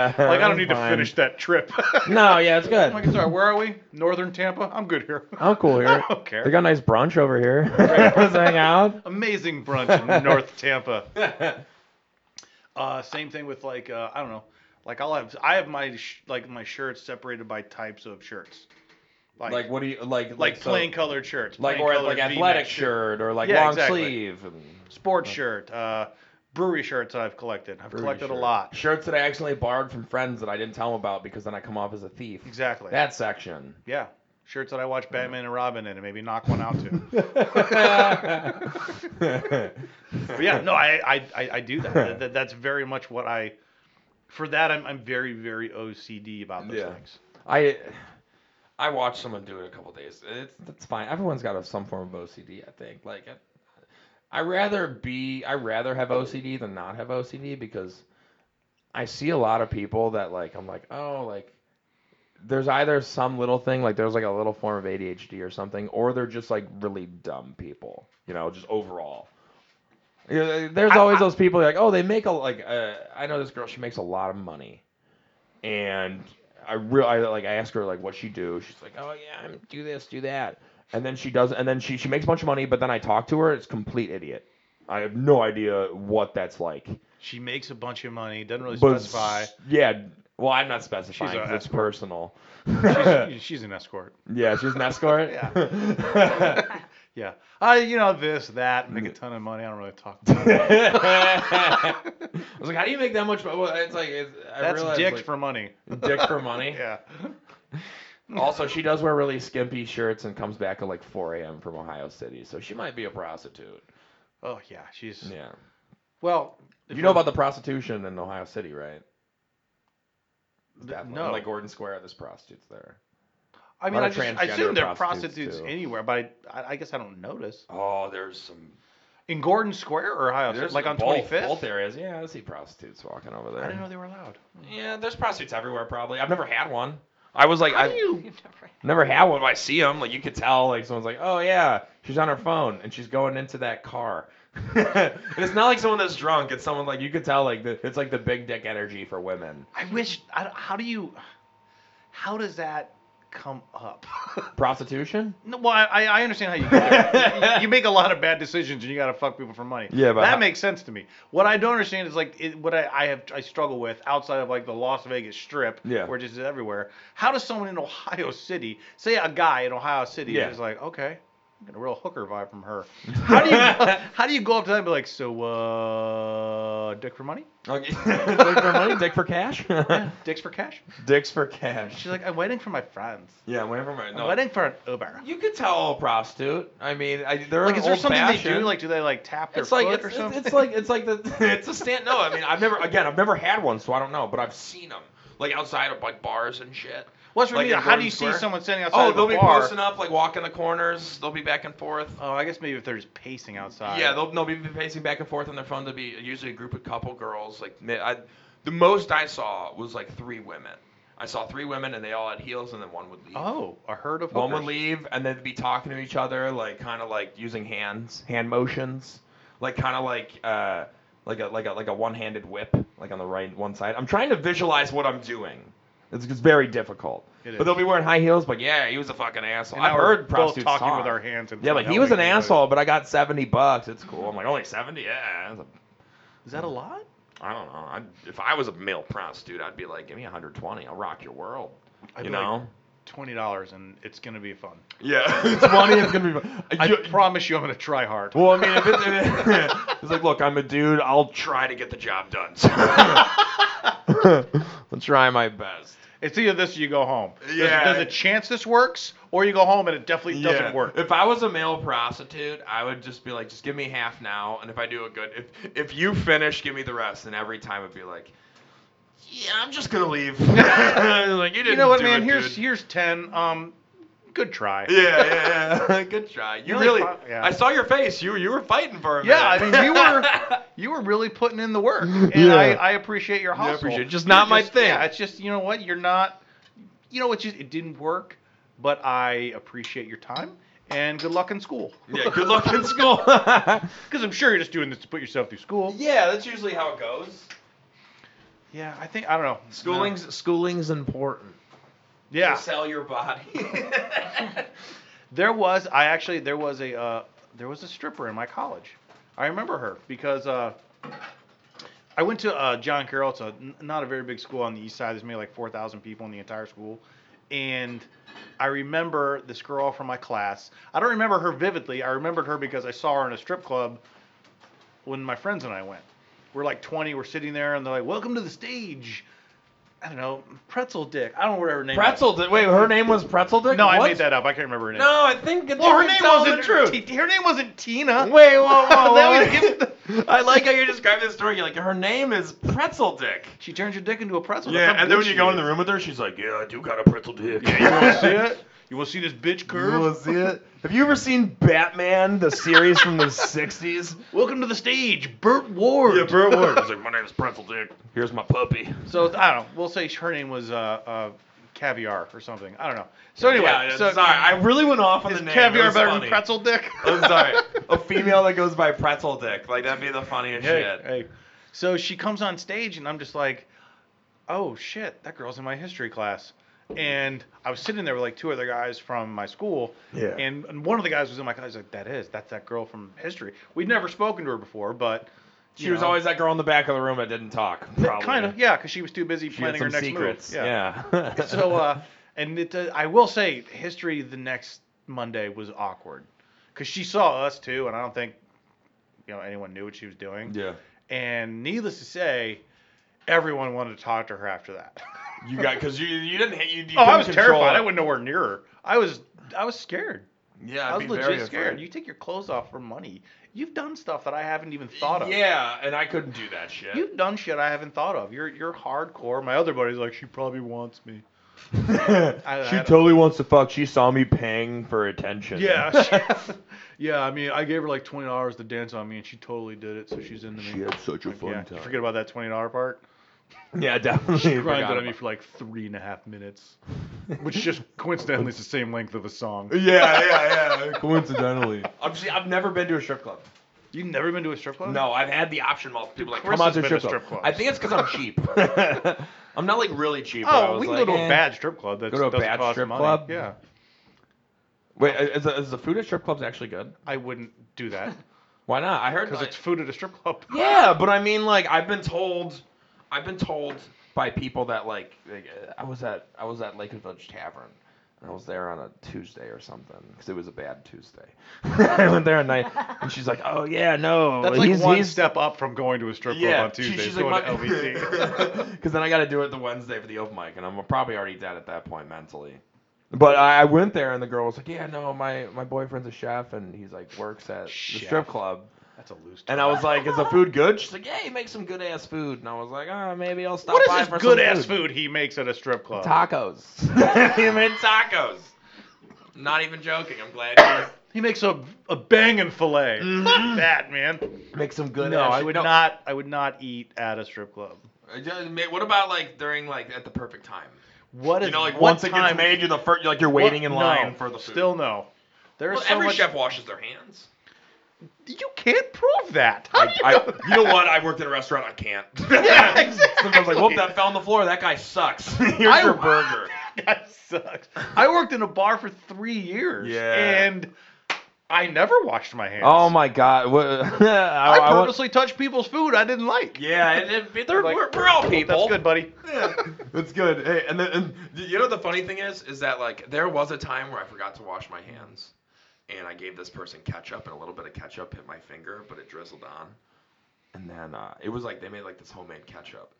Speaker 1: like I don't need to
Speaker 2: Fine.
Speaker 1: finish that trip. (laughs)
Speaker 2: No, yeah, it's
Speaker 1: I'm (laughs) like,
Speaker 2: good.
Speaker 1: sorry, where are we? Northern Tampa. I'm good here.
Speaker 2: I'm cool
Speaker 1: (laughs)
Speaker 2: here.
Speaker 1: I don't care.
Speaker 2: They got a nice brunch over (laughs) here. Let's hang (laughs) out.
Speaker 1: amazing brunch
Speaker 2: (laughs)
Speaker 1: in North Tampa. Uh, same thing with like uh, I don't know, like I'll have I have my sh- like my shirts separated by types of shirts, like like,
Speaker 2: what do you like?
Speaker 1: plain colored shirts,
Speaker 2: like
Speaker 1: plain
Speaker 2: or
Speaker 1: colored
Speaker 2: like
Speaker 1: V-neck
Speaker 2: athletic shirt or like
Speaker 1: Yeah,
Speaker 2: long
Speaker 1: exactly.
Speaker 2: sleeve. And
Speaker 1: sports shirt, uh, brewery shirts I've collected. I've
Speaker 2: brewery
Speaker 1: collected
Speaker 2: shirt.
Speaker 1: a lot.
Speaker 2: Shirts that I accidentally borrowed from friends that I didn't tell them about because then I come off as a thief.
Speaker 1: Exactly. (laughs)
Speaker 2: That section. (laughs)
Speaker 1: yeah. Shirts that I watch Batman and Robin in and maybe knock one out to. but yeah, no, I I, I, I do that. That- that. That's very much what I. For that, I'm, I'm very very OCD about those
Speaker 2: Yeah.
Speaker 1: things.
Speaker 2: I I watched someone do it a couple days. It's that's fine. Everyone's got a, some form of OCD. I think. Like I, I rather be I rather have OCD than not have OCD because I see a lot of people that like I'm like oh like there's either some little thing like there's like a little form of ADHD or something or they're just like really dumb people you know just overall You know, There's
Speaker 1: I-
Speaker 2: always
Speaker 1: I-
Speaker 2: those people like, oh, they make a like. Uh, I know this girl. She makes a lot of money, and I real I like I ask her like what she do. She's like, oh yeah, I'm do this, do that, and then she does, and then she she makes a bunch of money, but then I talk to her, it's complete idiot. I have no idea what that's like.
Speaker 1: She makes a bunch of money. Doesn't really
Speaker 2: But
Speaker 1: specify.
Speaker 2: (laughs) s- yeah. Well, I'm not specifying.
Speaker 1: She's a
Speaker 2: 'cause it's
Speaker 1: escort.
Speaker 2: personal. (laughs)
Speaker 1: She's, she's an escort.
Speaker 2: yeah, she's an escort. (laughs)
Speaker 1: Yeah. Uh, you know this, that, make a ton of money. I don't really
Speaker 2: (laughs)
Speaker 1: talk. About it.
Speaker 2: I was like, how do you make that much? mo- Well, it's like it's, I
Speaker 1: That's
Speaker 2: realized,
Speaker 1: dick
Speaker 2: like,
Speaker 1: for money.
Speaker 2: (laughs) dick for (laughs) money.
Speaker 1: Yeah.
Speaker 2: Also, she does wear really skimpy shirts and comes back at like 4 a.m. from Ohio City, so she might be a prostitute.
Speaker 1: Oh yeah, she's
Speaker 2: Yeah.
Speaker 1: well. if
Speaker 2: You know
Speaker 1: we're-
Speaker 2: about the prostitution in Ohio City, right? Definitely.
Speaker 1: no.
Speaker 2: Like Gordon Square, there's prostitutes there.
Speaker 1: I
Speaker 2: lot
Speaker 1: mean, I,
Speaker 2: of
Speaker 1: just, I
Speaker 2: transgender
Speaker 1: assume they're
Speaker 2: prostitutes,
Speaker 1: prostitutes
Speaker 2: too.
Speaker 1: anywhere, but I, I guess I don't notice
Speaker 2: Oh, there's some.
Speaker 1: in Gordon Square or Ohio, City?
Speaker 2: There's
Speaker 1: Oh, like on
Speaker 2: both,
Speaker 1: Twenty Fifth.
Speaker 2: Both areas. Yeah, I see prostitutes walking over there.
Speaker 1: I didn't know they were allowed.
Speaker 2: Yeah, there's prostitutes everywhere, probably. I've never had one. I was like,
Speaker 1: How
Speaker 2: I
Speaker 1: do you?
Speaker 4: You've never-
Speaker 2: never had one. But I see them. Like, you could tell, like, someone's like, oh, yeah, she's on her phone and she's going into that car. (laughs) and it's not like someone that's drunk. It's someone like, you could tell, like, the, it's like the big dick energy for women.
Speaker 1: I wish. I, don't- how do you? How does that come up? (laughs)
Speaker 2: Prostitution?
Speaker 1: No, well, I, I understand how you get there. you, you make a lot of bad decisions and you got to fuck people for money.
Speaker 2: Yeah, but
Speaker 1: that
Speaker 2: how-
Speaker 1: makes sense to me. What I don't understand is like it, what I, I have I struggle with outside of like the Las Vegas Strip,
Speaker 2: Yeah.
Speaker 1: where it just is everywhere. How does someone in Ohio City, say a guy in Ohio City,
Speaker 2: Yeah.
Speaker 1: is like, okay, I'm getting a real hooker vibe from her. How do
Speaker 2: (laughs)
Speaker 1: you how do you go up to them and be like, so uh, dick for money,
Speaker 2: Okay. (laughs) dick for money? Dick for cash?
Speaker 1: dicks for cash?
Speaker 2: (laughs) Dicks for cash.
Speaker 1: She's like, I'm waiting for my friends.
Speaker 2: Yeah, whenever my.
Speaker 1: I'm waiting for an Uber.
Speaker 2: You could tell a prostitute. I mean, I, they're
Speaker 1: Like, is there something they
Speaker 2: old-fashioned.
Speaker 1: do? Like, do they like tap their
Speaker 2: it's like
Speaker 1: foot
Speaker 2: it's,
Speaker 1: or
Speaker 2: it's-
Speaker 1: something?
Speaker 2: it's like it's like the (laughs) it's a stand. No, I mean I've never again I've never had one, so I don't know. But I've seen them like outside of like bars and shit.
Speaker 1: What's
Speaker 2: Like
Speaker 1: like
Speaker 2: in
Speaker 1: How do
Speaker 2: Gordon
Speaker 1: you
Speaker 2: Square?
Speaker 1: see someone standing outside
Speaker 2: Oh,
Speaker 1: of a
Speaker 2: they'll be
Speaker 1: bar?
Speaker 2: posting up like walking the corners. They'll be back and forth.
Speaker 1: Oh, I guess maybe if they're just pacing outside.
Speaker 2: Yeah, they'll, they'll be pacing back and forth on their phone. They'll be usually a group of couple girls. Like mi- I, the most I saw was like three women. I saw three women and they all had heels, and then one would leave.
Speaker 1: Oh, a herd of
Speaker 2: One would
Speaker 1: hookers.
Speaker 2: leave, and then they'd be talking to each other, like kind of like using hands, hand motions, like kind of like uh, like a like a like a one-handed whip, like on the right one side. I'm trying to visualize what I'm doing. It's, it's very difficult.
Speaker 1: It
Speaker 2: But they'll
Speaker 1: is.
Speaker 2: be wearing high heels. But yeah, he was a fucking asshole.
Speaker 1: And
Speaker 2: I've
Speaker 1: now we're
Speaker 2: heard
Speaker 1: both
Speaker 2: prostitutes
Speaker 1: talking
Speaker 2: talk.
Speaker 1: with our hands. And
Speaker 2: Yeah, like he was an asshole, but I got 70 bucks. It's cool. I'm like only 70. Yeah. that's a-
Speaker 1: Is that a lot?
Speaker 2: I don't know. i if I was a male prostitute, I'd be like, give me 120. I'll rock your world.
Speaker 1: I'd
Speaker 2: you
Speaker 1: be like,
Speaker 2: know.
Speaker 1: Twenty dollars, and it's gonna be fun.
Speaker 2: (laughs) yeah, 20 is gonna be. (laughs)
Speaker 1: I
Speaker 2: You-
Speaker 1: promise you, I'm gonna try hard.
Speaker 2: Well, I mean, if it's, (laughs) it's like, look, I'm a dude. I'll try to get the job done. So. (laughs) I'll try my best.
Speaker 1: (laughs) It's either this or you go home. There's-
Speaker 2: Yeah.
Speaker 1: There's, a chance this works, or you go home and it definitely doesn't work. (laughs)
Speaker 2: If (laughs) I was a male prostitute, I would just be like, just give me half now, and if I do a good, if if you finish, give me the rest. And every time I'd be like, yeah, I'm just gonna (laughs) leave. like you didn't.
Speaker 1: You know what,
Speaker 2: do
Speaker 1: man?
Speaker 2: it,
Speaker 1: here's
Speaker 2: dude.
Speaker 1: here's ten. Um, good try.
Speaker 2: Yeah, yeah, yeah. (laughs) Good try. You
Speaker 1: You're like
Speaker 2: really.
Speaker 1: pro- yeah.
Speaker 2: I saw your face. You you were fighting for him.
Speaker 1: Yeah, I mean, you
Speaker 2: (laughs)
Speaker 1: were you were really putting in the work, and
Speaker 2: Yeah.
Speaker 1: I, I appreciate your
Speaker 2: Yeah, I
Speaker 1: hustle.
Speaker 2: appreciate it. Just
Speaker 1: You're
Speaker 2: not my thing.
Speaker 1: Yeah, it's just you know what you're not. You know what? Just, it didn't work, but I appreciate your time and good luck in school.
Speaker 2: yeah.
Speaker 1: (laughs)
Speaker 2: Good luck in school.
Speaker 1: Because I'm sure you're just doing this to put yourself through school.
Speaker 2: (laughs) Yeah, that's usually how it goes.
Speaker 1: Yeah, I think I don't know.
Speaker 2: Schooling's schooling's important.
Speaker 1: No. Yeah,
Speaker 2: sell your body.
Speaker 1: there was I actually there was a uh, there was a stripper in my college. I remember her because uh, I went to uh, John Carroll. It's a, n- not a very big school on the east side. There's maybe like 4,000 people in the entire school. And I remember this girl from my class. I don't remember her vividly. I remembered her because I saw her in a strip club when my friends and I went. We're like 20. We're sitting there and they're like, "Welcome to the stage." I don't know, pretzel dick. I don't know what her name. was.
Speaker 2: (laughs) (laughs) Pretzel. Dick. Wait, her name was Pretzel Dick.
Speaker 1: No, I
Speaker 2: What?
Speaker 1: made that up. I can't remember her name.
Speaker 2: No, I think it's
Speaker 1: Well, her name
Speaker 2: tell
Speaker 1: wasn't
Speaker 2: the truth.
Speaker 1: T- her name wasn't Tina.
Speaker 2: Wait, (laughs) whoa, whoa,
Speaker 1: That would
Speaker 2: whoa.
Speaker 1: give it
Speaker 2: (laughs) I like how you're describing this story. You're like, her name is Pretzel Dick.
Speaker 1: She turns your dick into a pretzel.
Speaker 2: Yeah, and then when you go in the room with her, she's like, yeah, I do got a pretzel dick.
Speaker 1: (laughs) you want to see
Speaker 2: (laughs)
Speaker 1: it? You want to see this bitch curve?
Speaker 2: see it? Have you ever seen Batman, the series from the 60s?
Speaker 1: Welcome to the stage, Burt Ward.
Speaker 2: Yeah, Burt
Speaker 1: (laughs)
Speaker 2: Ward. He's like, my name is Pretzel Dick. Here's my puppy.
Speaker 1: So I don't know. We'll say her name was uh, uh, caviar or something. I don't know. So anyway,
Speaker 2: yeah, yeah,
Speaker 1: so
Speaker 2: sorry, I really went off on
Speaker 1: is
Speaker 2: the name. it
Speaker 1: caviar
Speaker 2: was
Speaker 1: better
Speaker 2: funny.
Speaker 1: than pretzel dick?
Speaker 2: (laughs) I'm sorry,
Speaker 1: (laughs)
Speaker 2: a female that goes by pretzel dick, like that'd be the funniest
Speaker 1: hey,
Speaker 2: shit.
Speaker 1: hey. So she comes on stage, and I'm just like, oh shit, that girl's in my history class. And I was sitting there with like two other guys from my school,
Speaker 3: Yeah.
Speaker 1: and, and one of the guys was in my class. He's like, that is, that's that girl from history. We'd never spoken to her before, but
Speaker 2: She
Speaker 1: you
Speaker 2: was
Speaker 1: know,
Speaker 2: always that girl in the back of the room that didn't talk. Probably.
Speaker 1: kind of yeah, because she was too busy
Speaker 2: She had
Speaker 1: planning her
Speaker 2: some
Speaker 1: next
Speaker 2: secrets.
Speaker 1: move. Yeah. (laughs)
Speaker 2: Yeah.
Speaker 1: so uh, and it, uh, I will say history the next Monday was awkward because she saw us too, and I don't think you know anyone knew what she was doing.
Speaker 2: yeah.
Speaker 1: And needless to say, everyone wanted to talk to her after that.
Speaker 2: You got because you you didn't hit you. you
Speaker 1: (laughs) oh, I
Speaker 2: couldn't
Speaker 1: was
Speaker 2: control
Speaker 1: terrified.
Speaker 2: it.
Speaker 1: I went nowhere near her. I was I was scared.
Speaker 2: Yeah,
Speaker 1: i
Speaker 2: I'd
Speaker 1: was
Speaker 2: be
Speaker 1: legit
Speaker 2: very
Speaker 1: scared.
Speaker 2: afraid.
Speaker 1: You take your clothes off for money. You've done stuff that I haven't even thought of.
Speaker 2: Yeah, and I couldn't do that shit. (laughs)
Speaker 1: You've done shit I haven't thought of. You're you're hardcore. My other buddy's like, she probably wants me. (laughs) I
Speaker 3: she
Speaker 1: don't-
Speaker 3: totally wants to fuck. She saw me paying for attention.
Speaker 2: (laughs)
Speaker 1: Yeah. she- yeah, I mean, I gave her like twenty dollars to dance on me, and she totally did it. So she's into me.
Speaker 3: She had such a
Speaker 1: Like,
Speaker 3: fun
Speaker 1: yeah,
Speaker 3: time.
Speaker 1: forget about that twenty dollar part.
Speaker 3: Yeah, definitely.
Speaker 1: (laughs) Grinded
Speaker 2: forgot
Speaker 1: on me for like three and a half minutes, which
Speaker 2: (laughs)
Speaker 1: just coincidentally is the same length of a song.
Speaker 3: yeah, yeah, yeah. Coincidentally.
Speaker 2: I've, see, I've never been to a strip club.
Speaker 1: You've never been to a strip club?
Speaker 2: No, I've had the option multiple people like
Speaker 1: Chris
Speaker 2: come
Speaker 1: has
Speaker 2: out to a
Speaker 1: been to
Speaker 2: strip club.
Speaker 1: strip clubs.
Speaker 2: I think it's because I'm cheap.
Speaker 1: (laughs)
Speaker 2: I'm not like really cheap. but I
Speaker 1: Oh,
Speaker 2: was
Speaker 1: we can
Speaker 2: like,
Speaker 1: go to
Speaker 2: eh.
Speaker 1: a bad strip club. That
Speaker 2: Go to a
Speaker 1: doesn't
Speaker 2: bad
Speaker 1: cost
Speaker 2: strip
Speaker 1: money.
Speaker 2: club?
Speaker 1: Yeah,
Speaker 2: Wait, is the, is the food at strip clubs actually good?
Speaker 1: I wouldn't do (laughs) that
Speaker 2: Why not? I heard
Speaker 1: because
Speaker 2: like-
Speaker 1: it's food at a strip club.
Speaker 2: Yeah, but I mean, like, I've been told, I've been told by people that like, like uh, I was at I was at Lake and Village Tavern, and I was there on a Tuesday or something because it was a bad Tuesday. (laughs) I went there and I, and she's like, oh yeah, no,
Speaker 1: That's (laughs) like
Speaker 2: he's,
Speaker 1: one
Speaker 2: he's,
Speaker 1: step up from going to a strip club
Speaker 2: yeah,
Speaker 1: on
Speaker 2: she-
Speaker 1: Tuesdays.
Speaker 2: she's
Speaker 1: going
Speaker 2: like,
Speaker 1: to LVC. (laughs)
Speaker 2: (laughs) because then I got to do it the Wednesday for the open mic, and I'm probably already dead at that point mentally.
Speaker 3: But I,
Speaker 2: I went there and the girl was like, yeah, no, my my boyfriend's a chef and he's like works at the
Speaker 1: Chef.
Speaker 2: strip club.
Speaker 1: That's a loose.
Speaker 2: And I was like, "Is the food good?" She's like, "Yeah, he makes some good ass food." And I was like, "Ah, maybe I'll stop
Speaker 1: what
Speaker 2: by
Speaker 1: is
Speaker 2: for
Speaker 1: this good
Speaker 2: some
Speaker 1: ass food he makes at a strip club? (laughs)
Speaker 2: Tacos. (laughs) he made tacos. Not even joking. I'm glad. you
Speaker 1: He makes a a banging filet.
Speaker 2: Mm-hmm.
Speaker 1: that man.
Speaker 2: Make some good.
Speaker 1: No, I would not. I would not eat at a strip club.
Speaker 2: What about like during like at the perfect time?
Speaker 1: What is
Speaker 2: You know, like
Speaker 1: what
Speaker 2: once it
Speaker 1: time,
Speaker 2: gets made, you're the first. You're like you're waiting
Speaker 1: what-
Speaker 2: in line
Speaker 1: no,
Speaker 2: for the food.
Speaker 1: Still no. There's
Speaker 2: well,
Speaker 1: so
Speaker 2: every
Speaker 1: much.
Speaker 2: chef washes their hands.
Speaker 1: You can't prove that. How do you
Speaker 2: I,
Speaker 1: know that?
Speaker 2: you know what? I worked at a restaurant. I (laughs) can't.
Speaker 1: Yeah, exactly.
Speaker 2: Sometimes like, whoop, that fell on the floor. That guy sucks. (laughs) Here's
Speaker 1: I-
Speaker 2: your burger.
Speaker 1: (laughs) that sucks. I worked in a bar for three years.
Speaker 2: Yeah.
Speaker 1: And I never washed my hands.
Speaker 3: oh my god.
Speaker 2: (laughs)
Speaker 3: What, I,
Speaker 1: I,
Speaker 3: I want-
Speaker 1: purposely touched people's food I didn't like.
Speaker 2: Yeah, and it, it,
Speaker 1: Like,
Speaker 2: we're, we're all people.
Speaker 1: That's good, buddy.
Speaker 2: (laughs) Yeah, that's good. Hey, and then and you know the funny thing is, is that like there was a time where I forgot to wash my hands, and I gave this person ketchup, and a little bit of ketchup hit my finger, but it drizzled on, and then uh, it was like they made like this homemade ketchup,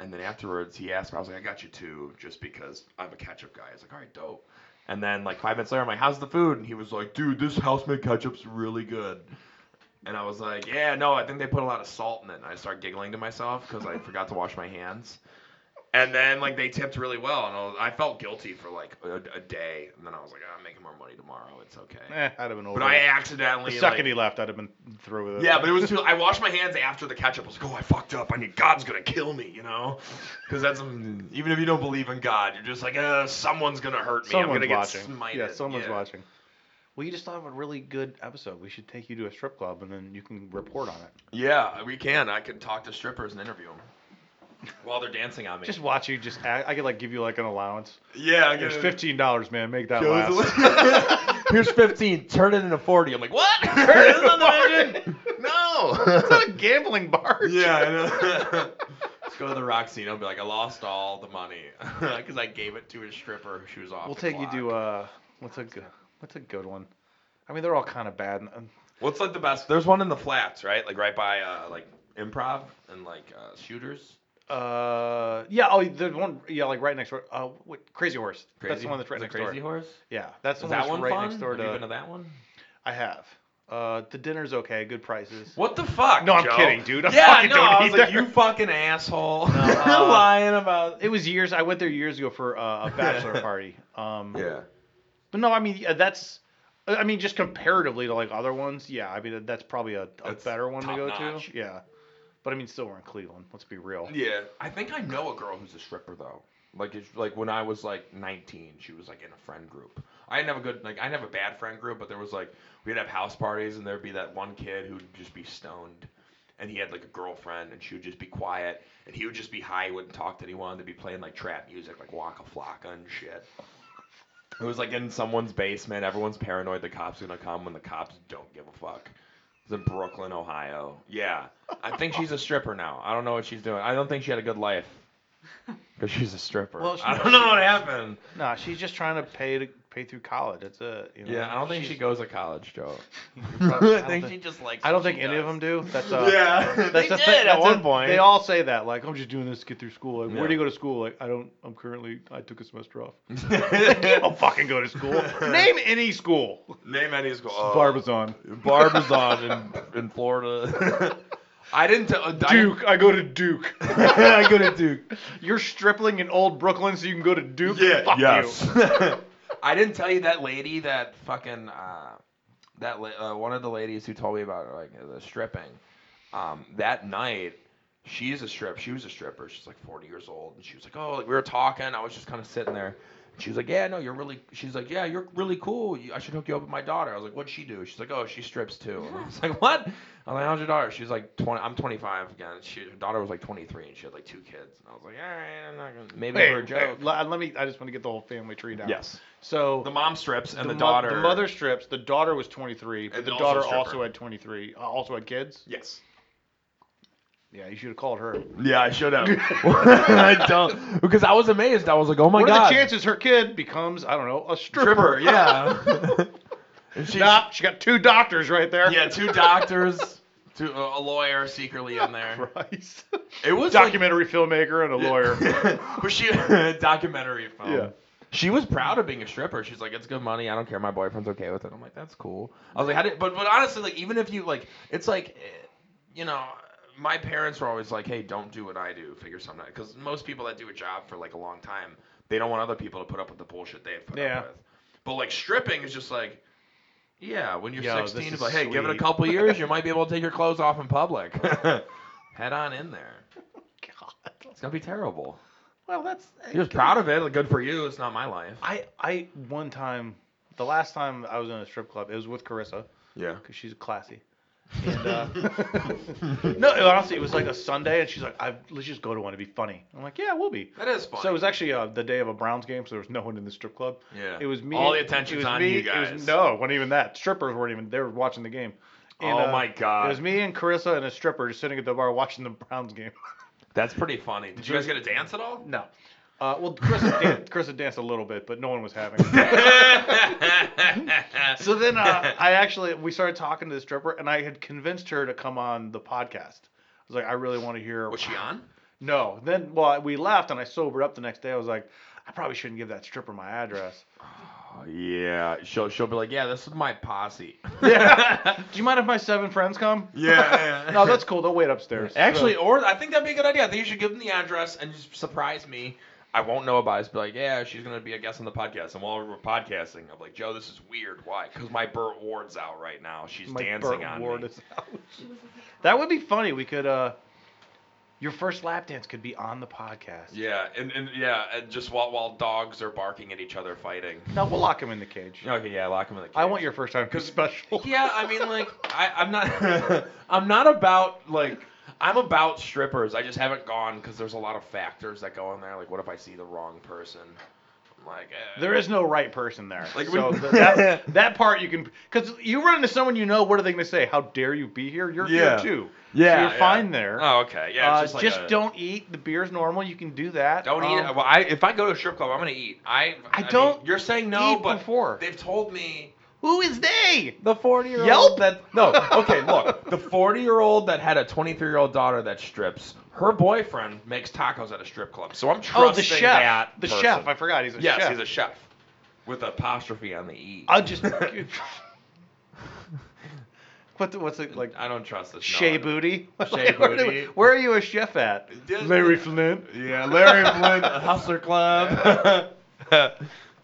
Speaker 2: and then afterwards he asked me, I was like, I got you two, just because I'm a ketchup guy. I was like, all right, dope. And then like five minutes later, I'm like, how's the food? And he was like, dude, this house made ketchup's really good. And I was like, yeah, no, I think they put a lot of salt in it. And I started giggling to myself because I forgot to wash my hands. And then like they tipped really well, and I, was, I felt guilty for like a, a day, and then I was like, "Ah, I'm making more money tomorrow. It's okay.
Speaker 1: Eh, I'd have been over
Speaker 2: But I
Speaker 1: it.
Speaker 2: accidentally
Speaker 1: The second he
Speaker 2: like,
Speaker 1: left, I'd have been through with it.
Speaker 2: yeah, but it was too. I washed my hands after the ketchup. I was like, oh, I fucked up. I mean, God's gonna kill me, you know? Because that's um, even if you don't believe in God, you're just like, uh, someone's gonna hurt me.
Speaker 1: Someone's
Speaker 2: I'm gonna
Speaker 1: watching.
Speaker 2: get smited.
Speaker 1: Yeah, someone's watching. Well, you just thought of a really good episode. We should take you to a strip club and then you can report on it.
Speaker 2: Yeah, we can. I can talk to strippers and interview them while they're dancing on me.
Speaker 1: Just watch you. Just act, I could like give you like an allowance.
Speaker 2: yeah, I
Speaker 1: It's
Speaker 2: can-
Speaker 1: fifteen dollars, man. Make that
Speaker 2: Goes
Speaker 1: last. (laughs)
Speaker 2: away.
Speaker 3: here's 15. Turn it into 40. I'm
Speaker 2: I'm
Speaker 3: like,
Speaker 2: like, what? This is on the vision?
Speaker 1: it's not
Speaker 2: No. (laughs)
Speaker 1: a gambling bar.
Speaker 2: yeah, I
Speaker 1: (laughs)
Speaker 2: know. Let's go to the Roxy and I'll be like, I lost all the money (laughs) because I gave it to a stripper who was off.
Speaker 1: We'll
Speaker 2: the
Speaker 1: take you to
Speaker 2: clock.
Speaker 1: uh, what's a good, what's a good one? I mean, they're all kind of bad. and-
Speaker 2: What's like the best? There's one in the flats, right? Like right by uh, like improv and like uh, shooters.
Speaker 1: Uh, yeah. Oh, the one, yeah, like right next door. Uh, what, Crazy Horse. that's
Speaker 2: Crazy-
Speaker 1: the one that's right
Speaker 2: is it
Speaker 1: next
Speaker 2: Crazy
Speaker 1: door.
Speaker 2: Horse.
Speaker 1: Yeah, that's the one
Speaker 2: Is that
Speaker 1: that's
Speaker 2: one
Speaker 1: right
Speaker 2: fun?
Speaker 1: next door
Speaker 2: Have you
Speaker 1: to.
Speaker 2: been to that one?
Speaker 1: I have. Uh, the dinner's okay. Good prices.
Speaker 2: What (laughs) the fuck?
Speaker 1: No, I'm
Speaker 2: Joe?
Speaker 1: kidding, dude. I
Speaker 2: yeah,
Speaker 1: fucking
Speaker 2: no,
Speaker 1: don't
Speaker 2: I was
Speaker 1: eat
Speaker 2: like,
Speaker 1: there.
Speaker 2: you fucking asshole.
Speaker 1: (laughs) uh,
Speaker 2: (laughs) lying about.
Speaker 1: It was years. I went there years ago for uh, a
Speaker 2: (laughs)
Speaker 1: bachelor party. Um,
Speaker 2: Yeah.
Speaker 1: But no, I mean yeah, that's. I mean, just comparatively to like other ones, yeah. I mean, that's probably a, a
Speaker 2: That's
Speaker 1: better one to
Speaker 2: top
Speaker 1: go
Speaker 2: notch.
Speaker 1: to. Yeah. But I mean, still we're in Cleveland. Let's be real.
Speaker 2: Yeah, I think I know a girl who's a stripper though. Like it's, like when I was like 19, she was like in a friend group. I didn't have a good like I didn't have a bad friend group, but there was like we'd have house parties and there'd be that one kid who'd just be stoned, and he had like a girlfriend and she would just be quiet and he would just be high, wouldn't talk to anyone. They'd be playing like trap music, like Waka Flocka and shit. It was like in someone's basement. Everyone's paranoid. The cops are gonna come when the cops don't give a fuck. It's in Brooklyn, Ohio. Yeah, I think she's a stripper now. I don't know what she's doing. I don't think she had a good
Speaker 1: (laughs)
Speaker 2: life because she's a stripper.
Speaker 1: Well, she-
Speaker 2: I don't know what happened.
Speaker 1: Nah, she's just trying to pay to pay through college. That's it. You know?
Speaker 2: Yeah, I don't think she
Speaker 1: She's-
Speaker 2: goes to college, Joe.
Speaker 1: (laughs) I
Speaker 2: I
Speaker 1: don't
Speaker 2: think
Speaker 1: think-
Speaker 2: she just likes.
Speaker 1: I don't
Speaker 2: what
Speaker 1: think
Speaker 2: she
Speaker 1: any of
Speaker 2: does.
Speaker 1: them do. That's uh,
Speaker 2: (laughs) Yeah,
Speaker 1: That's
Speaker 2: they
Speaker 1: the
Speaker 2: did
Speaker 1: thing.
Speaker 2: at
Speaker 1: That's
Speaker 2: one
Speaker 1: it.
Speaker 2: point.
Speaker 1: They all say that. Like, I'm just doing this to get through school. Like,
Speaker 2: Yeah.
Speaker 1: where do you go to school? Like, I don't. I'm currently. I took a semester
Speaker 2: (laughs)
Speaker 1: off. (laughs) I
Speaker 2: Name (laughs)
Speaker 1: don't fucking go to school. (laughs) Name any school.
Speaker 2: any school. Oh.
Speaker 1: Barbizon.
Speaker 2: Barbizon in, in Florida. (laughs) I didn't tell.
Speaker 1: Duke. I go to
Speaker 2: (laughs)
Speaker 1: Duke. (laughs)
Speaker 2: I go to Duke.
Speaker 1: You're stripling in old Brooklyn so you can go to Duke.
Speaker 2: Yeah.
Speaker 1: Fuck
Speaker 2: yes.
Speaker 1: you. (laughs)
Speaker 2: (laughs) I didn't tell you that lady that fucking uh, that la- uh, one of the ladies who told me about like the stripping. Um, that night, she's a strip. She was a stripper. She's like 40 years old, and she was like, "Oh, like we were talking. I was just kind of sitting there." And She was like, "Yeah, no, you're really." She's like, "Yeah, you're really cool. You- I should hook you up with my daughter." I was like, "What'd she do?" She's like, "Oh, she strips too." And I was (laughs) like, "What?" I'm like, "How's your daughter?" She's like, "20." I'm 25 again. She, her daughter was like 23, and she had like two kids. And I was like, "All right, I'm not gonna maybe
Speaker 1: Hey,
Speaker 2: for a
Speaker 1: hey,
Speaker 2: joke."
Speaker 1: let, let me. I just want to get the whole family tree down.
Speaker 2: Yes.
Speaker 1: So
Speaker 2: The mom strips and the,
Speaker 1: mo-
Speaker 2: daughter.
Speaker 1: the mother strips. The daughter was 23, but
Speaker 2: And
Speaker 1: the
Speaker 2: also
Speaker 1: daughter
Speaker 2: stripper.
Speaker 1: also had 23. uh, Also had kids.
Speaker 2: Yes.
Speaker 1: Yeah, you should have called her.
Speaker 2: Yeah, I should (laughs) have.
Speaker 3: I don't because I was amazed. I was like, oh my
Speaker 1: what
Speaker 3: god,
Speaker 1: are the chances her kid becomes, I don't know, a stripper?
Speaker 2: Stripper, yeah. And she,
Speaker 1: Nah, (laughs) she got two doctors right there.
Speaker 2: yeah, two doctors, two, a lawyer secretly in there.
Speaker 1: (laughs) Christ.
Speaker 2: It was
Speaker 1: Documentary filmmaker and a
Speaker 2: like,
Speaker 1: lawyer.
Speaker 2: (laughs)
Speaker 1: (laughs)
Speaker 2: was she documentary film?
Speaker 1: Yeah.
Speaker 2: She was proud of being a stripper. She's like, it's good money. I don't care. My boyfriend's okay with it. I'm like, that's cool. I was like, how did? But but honestly, like, even if you like, it's like, eh, you know, my parents were always like, hey, don't do what I do. Figure something out. Because most people that do a job for like a long time, they don't want other people to put up with the bullshit they've put
Speaker 1: Yeah.
Speaker 2: up with. But like stripping is just like, yeah, when you're
Speaker 1: Yo, this
Speaker 2: 16,
Speaker 1: is
Speaker 2: it's like, hey, give it a
Speaker 1: sweet. (laughs)
Speaker 2: couple years, you might be able to take your clothes off in public. Head on in there.
Speaker 1: God.
Speaker 2: It's gonna be terrible.
Speaker 1: Well, that's.
Speaker 2: He was proud of it. like, Good for you. It's not my life.
Speaker 1: I, I, one time, the last time I was in a strip club, it was with Carissa,
Speaker 2: Yeah.
Speaker 1: because she's classy. And, uh,
Speaker 2: uh, (laughs)
Speaker 1: no, honestly, it was like a Sunday, and she's like, I've, let's just go to one. It'd be funny. I'm like, yeah, we'll be.
Speaker 2: That is fun.
Speaker 1: So it was actually uh, the day of a Browns game, so there was no one in the strip club.
Speaker 2: yeah.
Speaker 1: It was me.
Speaker 2: All the
Speaker 1: it
Speaker 2: attention's
Speaker 1: was
Speaker 2: on
Speaker 1: me,
Speaker 2: you
Speaker 1: it
Speaker 2: guys.
Speaker 1: was, no, it wasn't even that. Strippers weren't even. They were watching the game. And,
Speaker 2: oh
Speaker 1: uh,
Speaker 2: my god.
Speaker 1: It was me and Carissa and a stripper just sitting at the bar watching the Browns game. (laughs)
Speaker 2: That's pretty funny. Did you guys get a dance at (laughs) all?
Speaker 1: No. Uh, well,
Speaker 2: (laughs)
Speaker 1: Carissa, dan- Carissa danced a little bit, but no one was having. it.
Speaker 2: so
Speaker 1: so then uh, I actually we started talking to the stripper, and I had convinced her to come on the podcast. I was like, I really want to hear.
Speaker 2: was she on?
Speaker 1: No. Then well, we left, and I sobered up the next day. I was like, I probably shouldn't give that stripper my address.
Speaker 2: Oh, yeah. She'll she'll be like, yeah, this is my posse. (laughs)
Speaker 1: Yeah. Do you mind if my seven friends come?
Speaker 2: Yeah, yeah.
Speaker 1: (laughs) no, that's cool. They'll wait upstairs. oh,
Speaker 2: Actually, or I think that'd be a good idea. I think you should give them the address and just surprise me. I won't know about it. Just be like, yeah, she's gonna be a guest on the podcast. And while we're podcasting, I'm like, Joe, this is weird. Why? Because my Burt Ward's out right now. She's
Speaker 1: My
Speaker 2: dancing
Speaker 1: Burt
Speaker 2: on
Speaker 1: Ward
Speaker 2: me.
Speaker 1: is out. That would be funny. We could uh your first lap dance could be on the podcast.
Speaker 2: Yeah, and, and yeah, and just while while dogs are barking at each other, fighting.
Speaker 1: No, we'll lock him in the cage.
Speaker 2: Okay, yeah, lock him in the. Cage.
Speaker 1: I want your first time because special.
Speaker 2: (laughs) Yeah, I mean, like, I, I'm not, I'm not about like, I'm about strippers. I just haven't gone because there's a lot of factors that go in there. Like, what if I see the wrong person? I'm like, eh.
Speaker 1: There is no right person there.
Speaker 2: Like
Speaker 1: so
Speaker 2: when-
Speaker 1: th- that,
Speaker 2: (laughs)
Speaker 1: that part you can because you run into someone you know. What are they going to say? How dare you be here? You're here
Speaker 2: Yeah.
Speaker 1: too. so
Speaker 3: Yeah,
Speaker 1: you're
Speaker 2: yeah.
Speaker 1: fine there.
Speaker 2: Oh, okay, yeah.
Speaker 1: Uh,
Speaker 2: It's
Speaker 1: just
Speaker 2: like a-
Speaker 1: don't eat. The beer's normal. You can do that.
Speaker 2: Don't eat.
Speaker 1: Um,
Speaker 2: Well, I if I go to a strip club, I'm gonna eat. I
Speaker 1: I
Speaker 2: mean,
Speaker 1: don't
Speaker 2: you're saying no,
Speaker 1: eat
Speaker 2: but
Speaker 1: before.
Speaker 2: they've told me.
Speaker 1: Who is they?
Speaker 3: the forty year
Speaker 1: Yelp?
Speaker 3: old
Speaker 2: That no. Okay, look, the 40 year old that had a 23 year old daughter that strips. Her boyfriend makes tacos at a strip club, so I'm trusting
Speaker 1: Oh, the chef.
Speaker 2: that
Speaker 1: The
Speaker 2: person.
Speaker 1: chef. I forgot. He's a
Speaker 2: yes,
Speaker 1: chef.
Speaker 2: he's a chef. With apostrophe on the e.
Speaker 1: I'll
Speaker 2: (laughs)
Speaker 1: just. what the, what's it like?
Speaker 2: I don't trust this.
Speaker 1: Shea
Speaker 2: no,
Speaker 1: Booty.
Speaker 2: Shea
Speaker 1: (laughs) Where do-
Speaker 2: Booty.
Speaker 1: Where are you a chef at?
Speaker 2: Disney.
Speaker 1: Flynn.
Speaker 3: Yeah, Larry Flynn, Hustler
Speaker 1: (laughs)
Speaker 2: (laughs)
Speaker 3: Club.
Speaker 1: All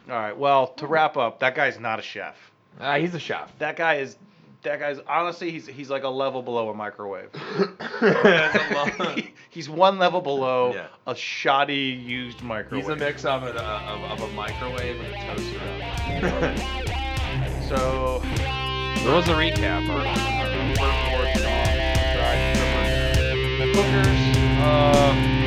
Speaker 1: right. Well, to wrap up, that guy's not a chef. (laughs)
Speaker 2: Uh, he's a chef.
Speaker 1: That guy is that guy's honestly he's he's like a level below a microwave.
Speaker 2: That's a lo-
Speaker 1: (laughs) he's one level below
Speaker 2: Yeah.
Speaker 1: a shoddy used microwave.
Speaker 2: He's a mix of, it, uh, of, of a microwave and a toaster oven. (laughs)
Speaker 1: So
Speaker 4: There was a recap.
Speaker 1: cookers. Uh,